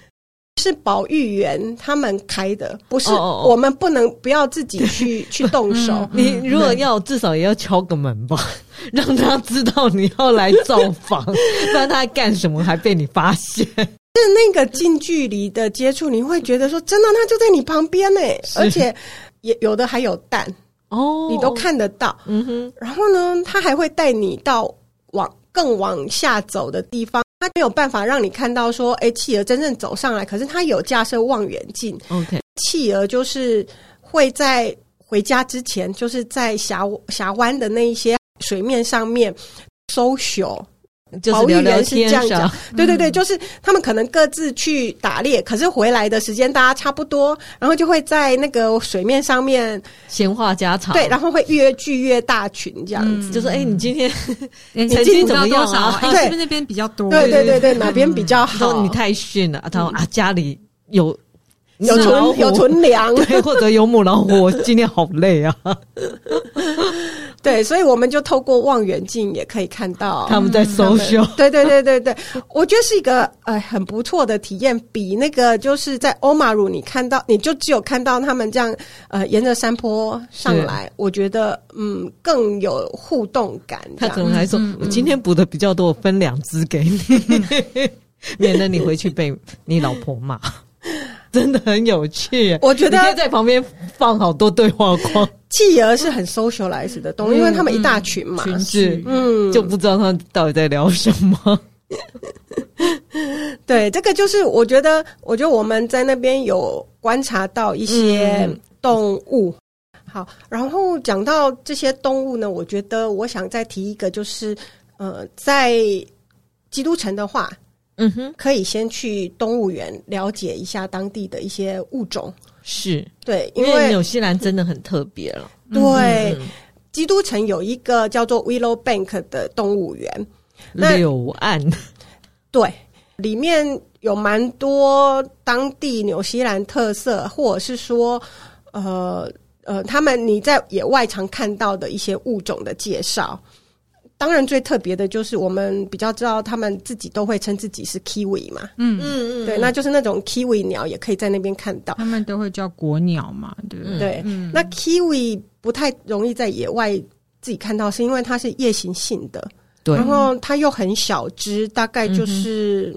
Speaker 1: 是保育员他们开的，不是
Speaker 2: 哦哦哦
Speaker 1: 我们不能不要自己 去去动手。
Speaker 3: 嗯
Speaker 2: 你如果要至少也要敲个门吧， 让他知道你要来造 访，不然他干什么还被你发现。
Speaker 1: 是那个近距离的接触，你会觉得说真的，它就在你旁边呢，而且也有的还有蛋，
Speaker 2: 哦，
Speaker 1: 你都，看得到。
Speaker 2: 嗯哼，
Speaker 1: 然后呢，他还会带你到往更往下走的地方。他没有办法让你看到说，哎，企鹅真正走上来，可是它有架设望远镜，
Speaker 2: OK，
Speaker 1: 企鹅就是会在回家之前，就是在峡峡湾的那一些水面上面搜寻。
Speaker 2: 就是
Speaker 1: 保育
Speaker 2: 聊聊
Speaker 1: 员是
Speaker 2: 天
Speaker 1: 这样
Speaker 2: 上嗯
Speaker 1: 讲，对对对，就是他们可能各自去打猎，可是回来的时间大家差不多，然后就会在那个水面上面，
Speaker 2: 闲话家常，
Speaker 1: 对，然后会越聚越大群这样子。
Speaker 2: 就说哎、 你今天
Speaker 3: 哎
Speaker 2: 曾经怎么样啊
Speaker 3: 知道多少哎
Speaker 1: 对
Speaker 3: 是不是那边比较多？
Speaker 1: 对对对对，哪边比较
Speaker 2: 说
Speaker 1: 好？
Speaker 2: 嗯你太逊了，他说啊家里有
Speaker 1: 有
Speaker 2: 母老
Speaker 1: 存
Speaker 2: 虎
Speaker 1: 有，存粮，
Speaker 2: 对，或者有母老虎，我今天好累啊，
Speaker 1: 哦对，所以我们就透过望远镜也可以看 到
Speaker 2: 他们在
Speaker 1: 他
Speaker 2: 搜
Speaker 1: 们
Speaker 2: 秀，
Speaker 1: 对对对对对，我觉得是一个呃很不错的体验，比那个就是在欧马鲁你看到，你就只有看到他们这样呃沿着山坡上来，我觉得嗯更有互动感这
Speaker 2: 他可能
Speaker 1: 样。
Speaker 2: 还说、
Speaker 3: 嗯嗯嗯
Speaker 2: 我今天补的比较多，我分两只给你，免得你回去被你老婆骂。真的很有趣，
Speaker 1: 我觉得
Speaker 2: 你可以在旁边放好多对话框，
Speaker 1: 企鹅是很 socialize 的动物，因为他们一大群嘛，
Speaker 3: 群
Speaker 2: 是
Speaker 3: 聚，
Speaker 1: 嗯，
Speaker 2: 就不知道他们到底在聊什么。
Speaker 1: 对，这个就是我觉得，我觉得我们在那边有观察到一些
Speaker 2: 嗯
Speaker 1: 动物。好，然后讲到这些动物呢，我觉得我想再提一个，就是呃，在基督城的话，
Speaker 2: 嗯哼，
Speaker 1: 可以先去动物园了解一下当地的一些物种。
Speaker 2: 是
Speaker 1: 对，因
Speaker 2: 因为嗯
Speaker 1: 为
Speaker 2: 纽西兰真的很特别了。
Speaker 1: 对、基督城有一个叫做 Willow Bank 的动物园，那
Speaker 2: 柳岸，
Speaker 1: 对，里面有蛮多当地纽西兰特色，或者是说，呃呃，他们你在野外常看到的一些物种的介绍。当然，最特别的就是我们比较知道，他们自己都会称自己是 kiwi 嘛，
Speaker 3: 嗯，
Speaker 2: 嗯
Speaker 1: 对，那就是那种 kiwi 鸟也可以在那边看到。
Speaker 3: 他们都会叫国鸟嘛，对不对？
Speaker 1: 对，那 kiwi 不太容易在野外自己看到，是因为它是夜行性的，
Speaker 2: 对
Speaker 1: 然后它又很小只，大概
Speaker 3: 嗯
Speaker 1: 就是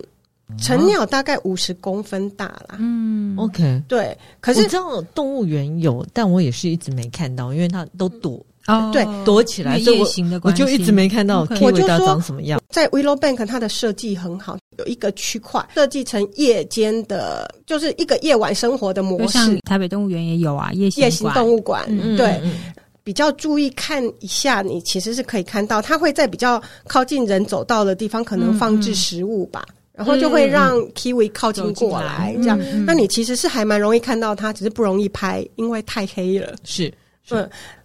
Speaker 1: 成鸟大概五十公分大啦。
Speaker 3: 嗯，
Speaker 1: 哦
Speaker 2: OK。
Speaker 1: 对，可
Speaker 2: 可
Speaker 1: 是
Speaker 2: 我知道动物园有，但我也是一直没看到，因为它都躲
Speaker 3: 哦
Speaker 1: 对
Speaker 2: 躲起来，
Speaker 3: 因
Speaker 2: 所
Speaker 3: 为
Speaker 2: 以
Speaker 3: 夜
Speaker 2: 我
Speaker 3: 行的
Speaker 2: 我
Speaker 3: 关系，
Speaker 2: 就一直没看到
Speaker 3: OK
Speaker 2: K
Speaker 1: 我就
Speaker 2: 味道
Speaker 1: 说
Speaker 2: 长什么样。
Speaker 1: 在 Willow Bank 它的设计很好，有一个区块设计成夜间的，就是一个夜晚生活的模
Speaker 3: 就像
Speaker 1: 式。
Speaker 3: 台北动物园也有啊，夜行
Speaker 1: 夜行
Speaker 3: 馆
Speaker 1: 动物馆，
Speaker 3: 嗯
Speaker 1: 对，比较注意看一下，你其实是可以看到，它会在比较靠近人走道的地方，可能放置食物吧，然后就会让 kiwi 靠近过来，这样。
Speaker 3: 嗯嗯
Speaker 1: 那你其实是还蛮容易看到它，只是不容易拍，因为太黑了。
Speaker 2: 是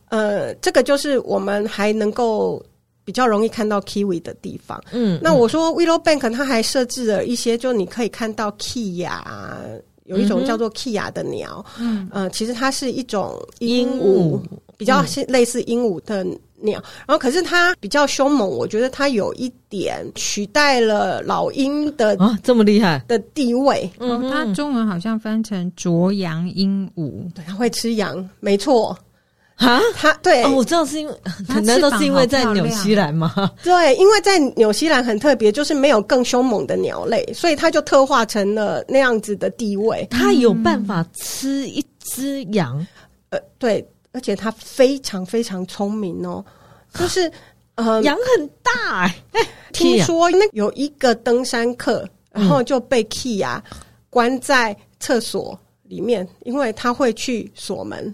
Speaker 1: 呃，这个就是我们还能够比较容易看到 kiwi 的地方。
Speaker 2: 嗯
Speaker 1: 那我说 Willow Bank 它还设置了一些，就你可以看到 Kia，有一种叫做 Kia 的鸟，嗯，呃，其实它是一种
Speaker 2: 鹦
Speaker 1: 鹉
Speaker 2: 鹉，嗯
Speaker 1: 比较是类似鹦鹉的鸟，然后可是它比较凶猛，我觉得它有一点取代了老鹰的
Speaker 2: 啊，这么厉害，
Speaker 1: 的地位。
Speaker 3: 哦，它中文好像翻成啄羊鹦鹉，
Speaker 1: 对，它会吃羊，没错，
Speaker 2: 啊。
Speaker 1: 它对、
Speaker 2: 哦，我知道是因为，
Speaker 3: 它
Speaker 2: 难道
Speaker 3: 翅膀
Speaker 2: 是因
Speaker 3: 好
Speaker 2: 为在
Speaker 3: 漂
Speaker 2: 纽
Speaker 3: 亮
Speaker 2: 西兰吗？
Speaker 1: 对，因为在纽西兰很特别，就是没有更凶猛的鸟类，所以它就特化成了那样子的地位。
Speaker 2: 它有办法吃一只羊，
Speaker 1: 呃，对，而且它非常非常聪明哦，就是呃，
Speaker 2: 羊很大哎、
Speaker 1: 听说那有一个登山客，
Speaker 3: 嗯
Speaker 1: 然后就被 Kia 关在厕所里面，因为他会去锁门。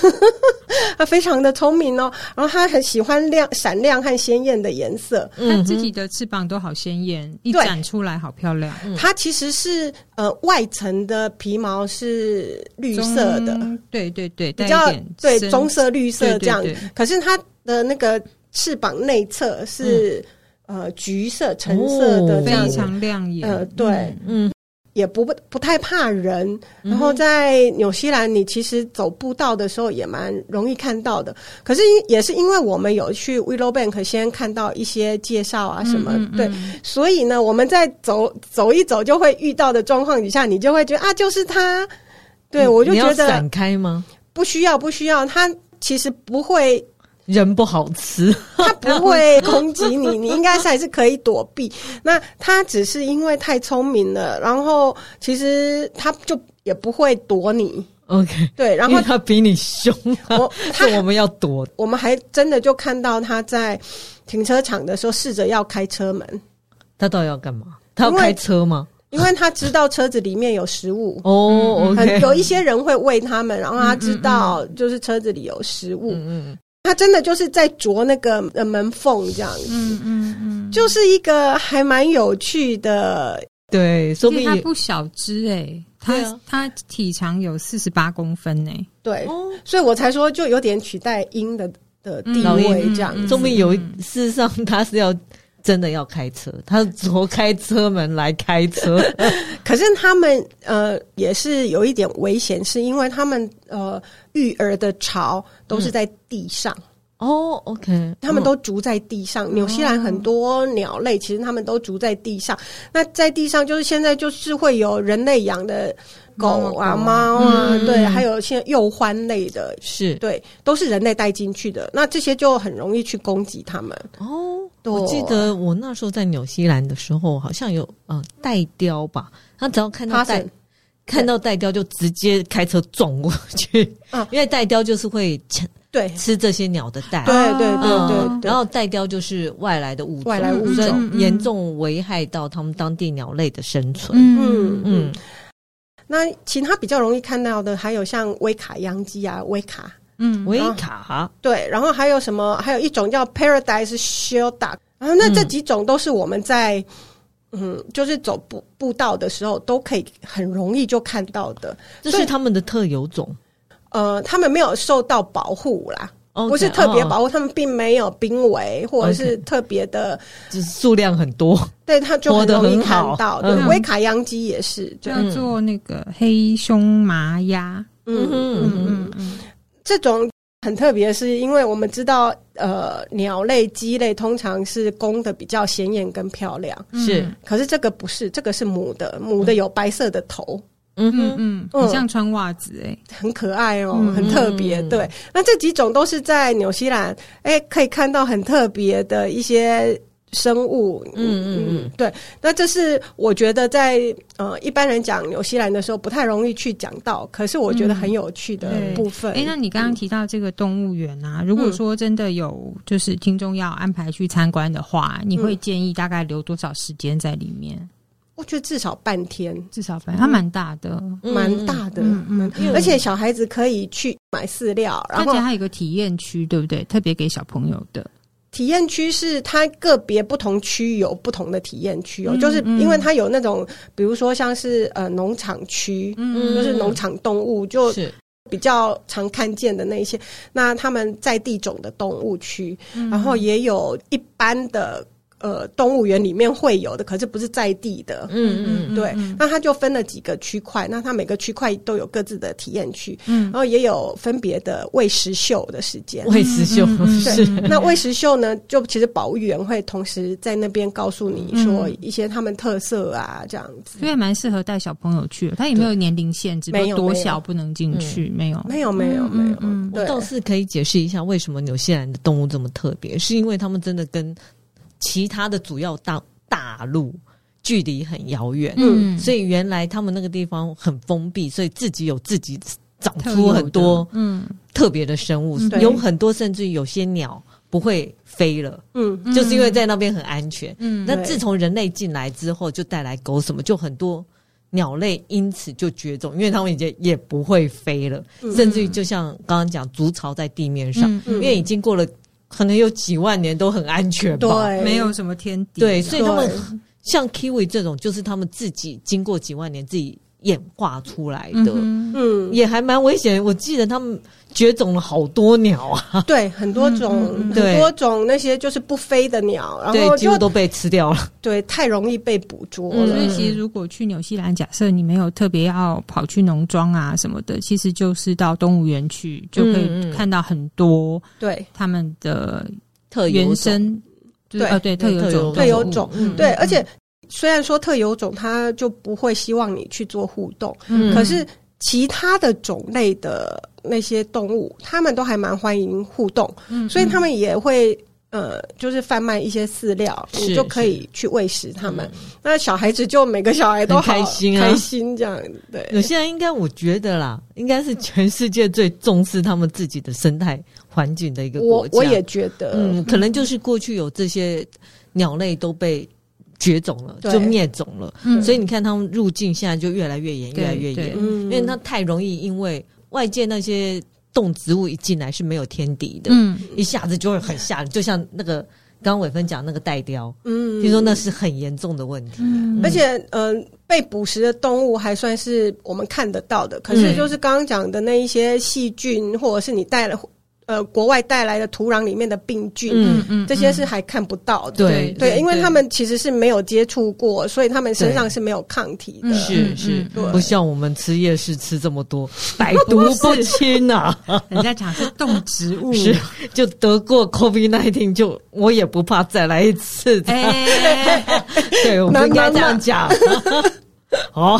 Speaker 1: 他非常的聪明哦，然后他很喜欢亮、闪亮和鲜艳的颜色。
Speaker 3: 它自己的翅膀都好鲜艳，一
Speaker 1: 嗯对
Speaker 3: 展出来好漂亮，
Speaker 1: 它其实是呃外层的皮毛是绿色的，
Speaker 3: 棕，对对对，
Speaker 1: 比
Speaker 3: 带
Speaker 1: 较
Speaker 3: 一点
Speaker 1: 对
Speaker 3: 深
Speaker 1: 棕色绿色这样
Speaker 3: 对对对，
Speaker 1: 可是它的那个翅膀内侧是、呃橘色、橙色的这样
Speaker 3: 嗯哦非
Speaker 1: 子，
Speaker 3: 常亮眼。
Speaker 1: 呃对，
Speaker 2: 嗯，
Speaker 1: 也不不太怕人。然后在纽西兰，你其实走步道的时候也蛮容易看到的。可是因也是因为我们有去 Willow Bank 先看到一些介绍啊什么，
Speaker 3: 嗯嗯
Speaker 1: 对，
Speaker 3: 嗯
Speaker 1: 所以呢，我们在走走一走就会遇到的状况底下，你就会觉得啊，就是他。对，我就
Speaker 2: 嗯你
Speaker 1: 觉
Speaker 2: 要
Speaker 1: 得
Speaker 2: 闪开吗？
Speaker 1: 不需要，不需要。他其实不会，
Speaker 2: 人不好吃，
Speaker 1: 他不会攻击你，你应该是还是可以躲避。那他只是因为太聪明了，然后其实他就也不会躲你。
Speaker 2: OK，
Speaker 1: 对，然
Speaker 2: 因
Speaker 1: 后
Speaker 2: 为它比你凶、啊，
Speaker 1: 我他
Speaker 2: 是我们要躲
Speaker 1: 我们还真的就看到他在停车场的时候试着要开车门，
Speaker 2: 它到底要干嘛？它要
Speaker 1: 因为
Speaker 2: 开车吗？
Speaker 1: 因为他知道车子里面有食物。
Speaker 2: 哦、o
Speaker 1: 嗯很
Speaker 2: k
Speaker 1: 有一些人会喂他们，然后他知道就是车子里有食物，
Speaker 2: 嗯
Speaker 1: 他真的就是在啄那个呃门缝这样子，
Speaker 3: 嗯嗯嗯，
Speaker 1: 就是一个还蛮有趣的。
Speaker 2: 对，说
Speaker 3: 因
Speaker 2: 不
Speaker 3: 为
Speaker 2: 定
Speaker 3: 它
Speaker 2: 也
Speaker 3: 不小只哎，
Speaker 2: 对
Speaker 3: 它
Speaker 2: 啊
Speaker 3: 它体长有四十八公分哎，
Speaker 1: 对，
Speaker 2: 哦，
Speaker 1: 所以我才说就有点取代鹰的的地
Speaker 2: 老嗯
Speaker 1: 位
Speaker 3: 鹰
Speaker 1: 这样
Speaker 2: 说
Speaker 1: 子。
Speaker 2: 不定有一，事实上它是要。真的要开车，它是从开车门来开车，
Speaker 1: 可是他们呃也是有一点危险，是因为他们呃育儿的巢都是在地上。
Speaker 2: 哦，OK，
Speaker 1: 他们都筑在地上。纽西兰很多鸟类其实他们都筑在地上。那在地上就是现在就是会有人类养的狗啊、
Speaker 3: 猫啊
Speaker 1: 猫
Speaker 3: 狗啊
Speaker 1: 啊，
Speaker 3: 嗯
Speaker 1: 对，
Speaker 3: 嗯
Speaker 1: 还有一些鼬獾类的，
Speaker 2: 嗯是
Speaker 1: 对，都是人类带进去的。那这些就很容易去攻击它们。
Speaker 2: 哦，
Speaker 1: 对
Speaker 2: 我记得我那时候在纽西兰的时候，好像有呃带雕吧，他只要看到
Speaker 1: 它
Speaker 2: 带
Speaker 1: 是
Speaker 2: 看到带雕就直接开车撞过去，
Speaker 1: 啊
Speaker 2: 因为带雕就是会吃
Speaker 1: 对
Speaker 2: 吃这些鸟的蛋，
Speaker 1: 对
Speaker 3: 啊
Speaker 1: 对对对
Speaker 2: 嗯
Speaker 1: 对
Speaker 2: 然。后带雕就是外来的物种，
Speaker 1: 外来物种
Speaker 2: 所以
Speaker 3: 嗯嗯
Speaker 2: 严重危害到他们当地鸟类的生存。
Speaker 1: 嗯
Speaker 3: 嗯，
Speaker 2: 嗯，
Speaker 1: 那其他比较容易看到的还有像威卡央鸡啊，威卡。
Speaker 3: 嗯
Speaker 2: 维卡
Speaker 1: 对，然后还有什么？还有一种叫 Paradise Shield Duck。然后那这几种都是我们在嗯就是走步步道的时候都可以很容易就看到的。
Speaker 2: 这
Speaker 1: 所
Speaker 2: 是
Speaker 1: 以
Speaker 2: 他们的特有种，
Speaker 1: 呃，他们没有受到保护啦
Speaker 2: OK，
Speaker 1: 不是特别保
Speaker 2: 哦，
Speaker 1: 护，他们并没有濒危或者是特别的
Speaker 2: 就是数量很多。
Speaker 1: 对，它就
Speaker 2: 活
Speaker 1: 很
Speaker 2: 得
Speaker 1: 容易
Speaker 2: 很
Speaker 1: 看
Speaker 2: 好
Speaker 1: 到。
Speaker 2: 嗯
Speaker 1: 对，威卡央鸡也是，对，
Speaker 3: 叫做那个黑胸麻鸭，
Speaker 1: 嗯
Speaker 2: 嗯
Speaker 1: 嗯嗯，
Speaker 3: 嗯嗯，
Speaker 1: 这种。很特别，是因为我们知道，呃，鸟类、鸡类通常是公的比较鲜艳跟漂亮，
Speaker 2: 是
Speaker 1: 可是这个不是，这个是母的，母的有白色的头，
Speaker 2: 嗯
Speaker 3: 嗯
Speaker 2: 哼，
Speaker 3: 嗯，
Speaker 1: 嗯
Speaker 3: 很像穿袜子哎，
Speaker 1: 很可爱哦，
Speaker 3: 嗯
Speaker 1: 很特别。
Speaker 2: 嗯
Speaker 1: 对，那这几种都是在纽西兰，哎，可以看到很特别的一些生物，
Speaker 2: 嗯嗯嗯
Speaker 1: 嗯，对。那这是我觉得在呃一般人讲纽西兰的时候不太容易去讲到，可是我觉得很有趣的
Speaker 3: 嗯对
Speaker 1: 部分。
Speaker 3: 哎，那你刚刚提到这个动物园
Speaker 2: 嗯
Speaker 3: 啊，如果说真的有就是听众要安排去参观的话，
Speaker 2: 嗯
Speaker 3: 你会建议大概留多少时间在里面？
Speaker 1: 我觉得至少半天，
Speaker 3: 至少
Speaker 2: 嗯
Speaker 3: 反正它蛮大的，
Speaker 1: 蛮大的，
Speaker 3: 嗯嗯
Speaker 1: 蛮
Speaker 3: 因为
Speaker 1: 而且小孩子可以去买饲料，然
Speaker 3: 而
Speaker 1: 后
Speaker 3: 且它有个体验区，对不对？特别给小朋友的。
Speaker 1: 体验区是它个别不同区有不同的体验区哦，
Speaker 3: 嗯
Speaker 1: 就是因为
Speaker 3: 嗯
Speaker 1: 它有那种，比如说像是呃农场区，
Speaker 2: 嗯
Speaker 1: 就是农场动物，就是比较常看见的那一些，那他们在地种的动物区，
Speaker 3: 嗯
Speaker 1: 然后也有一般的呃动物园里面会有的，可是不是在地的。
Speaker 2: 嗯嗯
Speaker 1: 对
Speaker 3: 嗯，
Speaker 1: 那它就分了几个区块，那它每个区块都有各自的体验区，
Speaker 3: 嗯
Speaker 1: 然，后也有分别的喂食秀的时间
Speaker 2: 嗯，。喂食秀
Speaker 3: 嗯嗯
Speaker 2: 是
Speaker 3: 嗯
Speaker 1: 那喂食秀呢，就其实保育员会同时在那边告诉你说
Speaker 3: 嗯
Speaker 1: 一些他们特色啊，这样子。
Speaker 3: 所以蛮适合带小朋友去的，它也没有年龄限制，
Speaker 1: 没有
Speaker 3: 都多
Speaker 1: 没有
Speaker 3: 小不能进去，没有，
Speaker 1: 没有没有
Speaker 3: 嗯
Speaker 1: 没有，
Speaker 3: 嗯嗯
Speaker 1: 对，
Speaker 2: 倒是可以解释一下为什么纽西兰的动物这么特别，是因为他们真的跟其他的主要大大陆距离很遥远，
Speaker 1: 嗯
Speaker 2: 所以原来他们那个地方很封闭，所以自己有自己长
Speaker 3: 特有
Speaker 2: 出
Speaker 3: 的
Speaker 2: 很多
Speaker 3: 嗯，
Speaker 2: 特别的生物
Speaker 3: 嗯，
Speaker 1: 对
Speaker 2: 有很多甚至于有些鸟不会飞了，
Speaker 1: 嗯
Speaker 3: 嗯
Speaker 2: 就是因为在那边很安全。
Speaker 3: 嗯
Speaker 2: 那
Speaker 1: 对
Speaker 2: 自从人类进来之后，就带来狗什么，就很多鸟类因此就绝种，因为它们已经也不会飞了，
Speaker 1: 嗯
Speaker 2: 甚至于就像刚刚讲，筑巢在地面上，
Speaker 3: 嗯
Speaker 2: 因为已经过了可能有几万年都很安全吧。
Speaker 1: 对，
Speaker 3: 没有什么天敌，
Speaker 2: 对，所以他
Speaker 1: 对
Speaker 2: 们像 kiwi 这种，就是他们自己经过几万年自己演化出来
Speaker 3: 嗯
Speaker 2: 的，
Speaker 3: 哼
Speaker 1: 嗯，
Speaker 2: 也还蛮危险。我记得他们绝种了好多鸟啊，
Speaker 1: 对，很多种
Speaker 3: 嗯嗯嗯
Speaker 1: 很多
Speaker 2: 对
Speaker 1: 种那些就是不飞的鸟，然后
Speaker 2: 对，几
Speaker 1: 就
Speaker 2: 乎都被吃掉了。
Speaker 1: 对太容易被捕捉
Speaker 2: 嗯
Speaker 1: 了
Speaker 3: 所。以其实如果去纽西兰，假设你没有特别要跑去农庄啊什么的，其实就是到动物园去，就可
Speaker 2: 嗯
Speaker 3: 以
Speaker 2: 嗯
Speaker 3: 看到很多
Speaker 1: 对
Speaker 3: 他们的
Speaker 2: 特有
Speaker 3: 原
Speaker 2: 种
Speaker 3: 生，就是
Speaker 1: 对
Speaker 3: 呃对特有种
Speaker 1: 特有种
Speaker 2: 动物嗯
Speaker 1: 对，而哦且虽然说特有种它就不会希望你去做互动，
Speaker 2: 嗯
Speaker 1: 可是其他的种类的那些动物，它们都还蛮欢迎互动，
Speaker 2: 嗯
Speaker 1: 所以他们也会。呃，就是贩卖一些饲料，
Speaker 2: 是嗯
Speaker 1: 你就可以去喂食它们。那小孩子就每个小孩都好
Speaker 2: 很开心啊
Speaker 1: 开心这样对。
Speaker 2: 有些人应该，我觉得啦，应该是全世界最重视他们自己的生态环境的一个
Speaker 1: 我
Speaker 2: 国家。
Speaker 1: 我也觉得，
Speaker 2: 嗯，可能就是过去有这些鸟类都被绝种了，
Speaker 1: 对
Speaker 2: 就灭种了，
Speaker 3: 嗯
Speaker 2: 所以你看他们入境现在就越来越严，
Speaker 3: 对
Speaker 2: 越来越
Speaker 3: 对
Speaker 2: 严，
Speaker 1: 嗯，
Speaker 2: 因为它太容易因为外界那些动植物一进来是没有天敌的，
Speaker 3: 嗯
Speaker 2: 一下子就会很吓人，就像那个刚刚伟芬讲那个带雕，
Speaker 1: 嗯，
Speaker 2: 听说那是很严重的问题。
Speaker 3: 嗯
Speaker 1: 而且，嗯、被捕食的动物还算是我们看得到的，可是
Speaker 2: 嗯
Speaker 1: 就是刚刚讲的那一些细菌，或者是你带了呃国外带来的土壤里面的病菌，
Speaker 2: 嗯
Speaker 3: 嗯
Speaker 1: 这些是还看不到的。
Speaker 2: 对
Speaker 1: 对，因为他们其实是没有接触过，所以他们身上是没有抗体的。
Speaker 2: 是
Speaker 3: 嗯
Speaker 2: 是
Speaker 3: 嗯嗯，
Speaker 2: 不像我们吃夜市吃这么 多，百毒不侵呐、
Speaker 3: 人家讲是 动植物，
Speaker 2: 是，
Speaker 3: 嗯
Speaker 2: 就得过 COVID nineteen，就我也不怕再来一次。
Speaker 3: 哎，
Speaker 2: 对，我不应该这样讲。 好，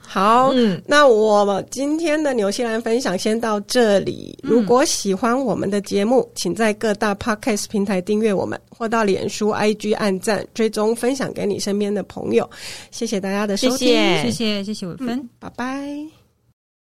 Speaker 1: 好，
Speaker 2: 嗯
Speaker 1: 那我今天的纽西兰分享先到这里。如果喜欢我们的节目，请在各大 podcast 平台订阅我们，或到脸书、IG 按赞、追踪、分享给你身边的朋友。谢谢大家的收听，嗯
Speaker 2: 谢
Speaker 3: 谢谢谢谢伟芬。
Speaker 1: 拜拜。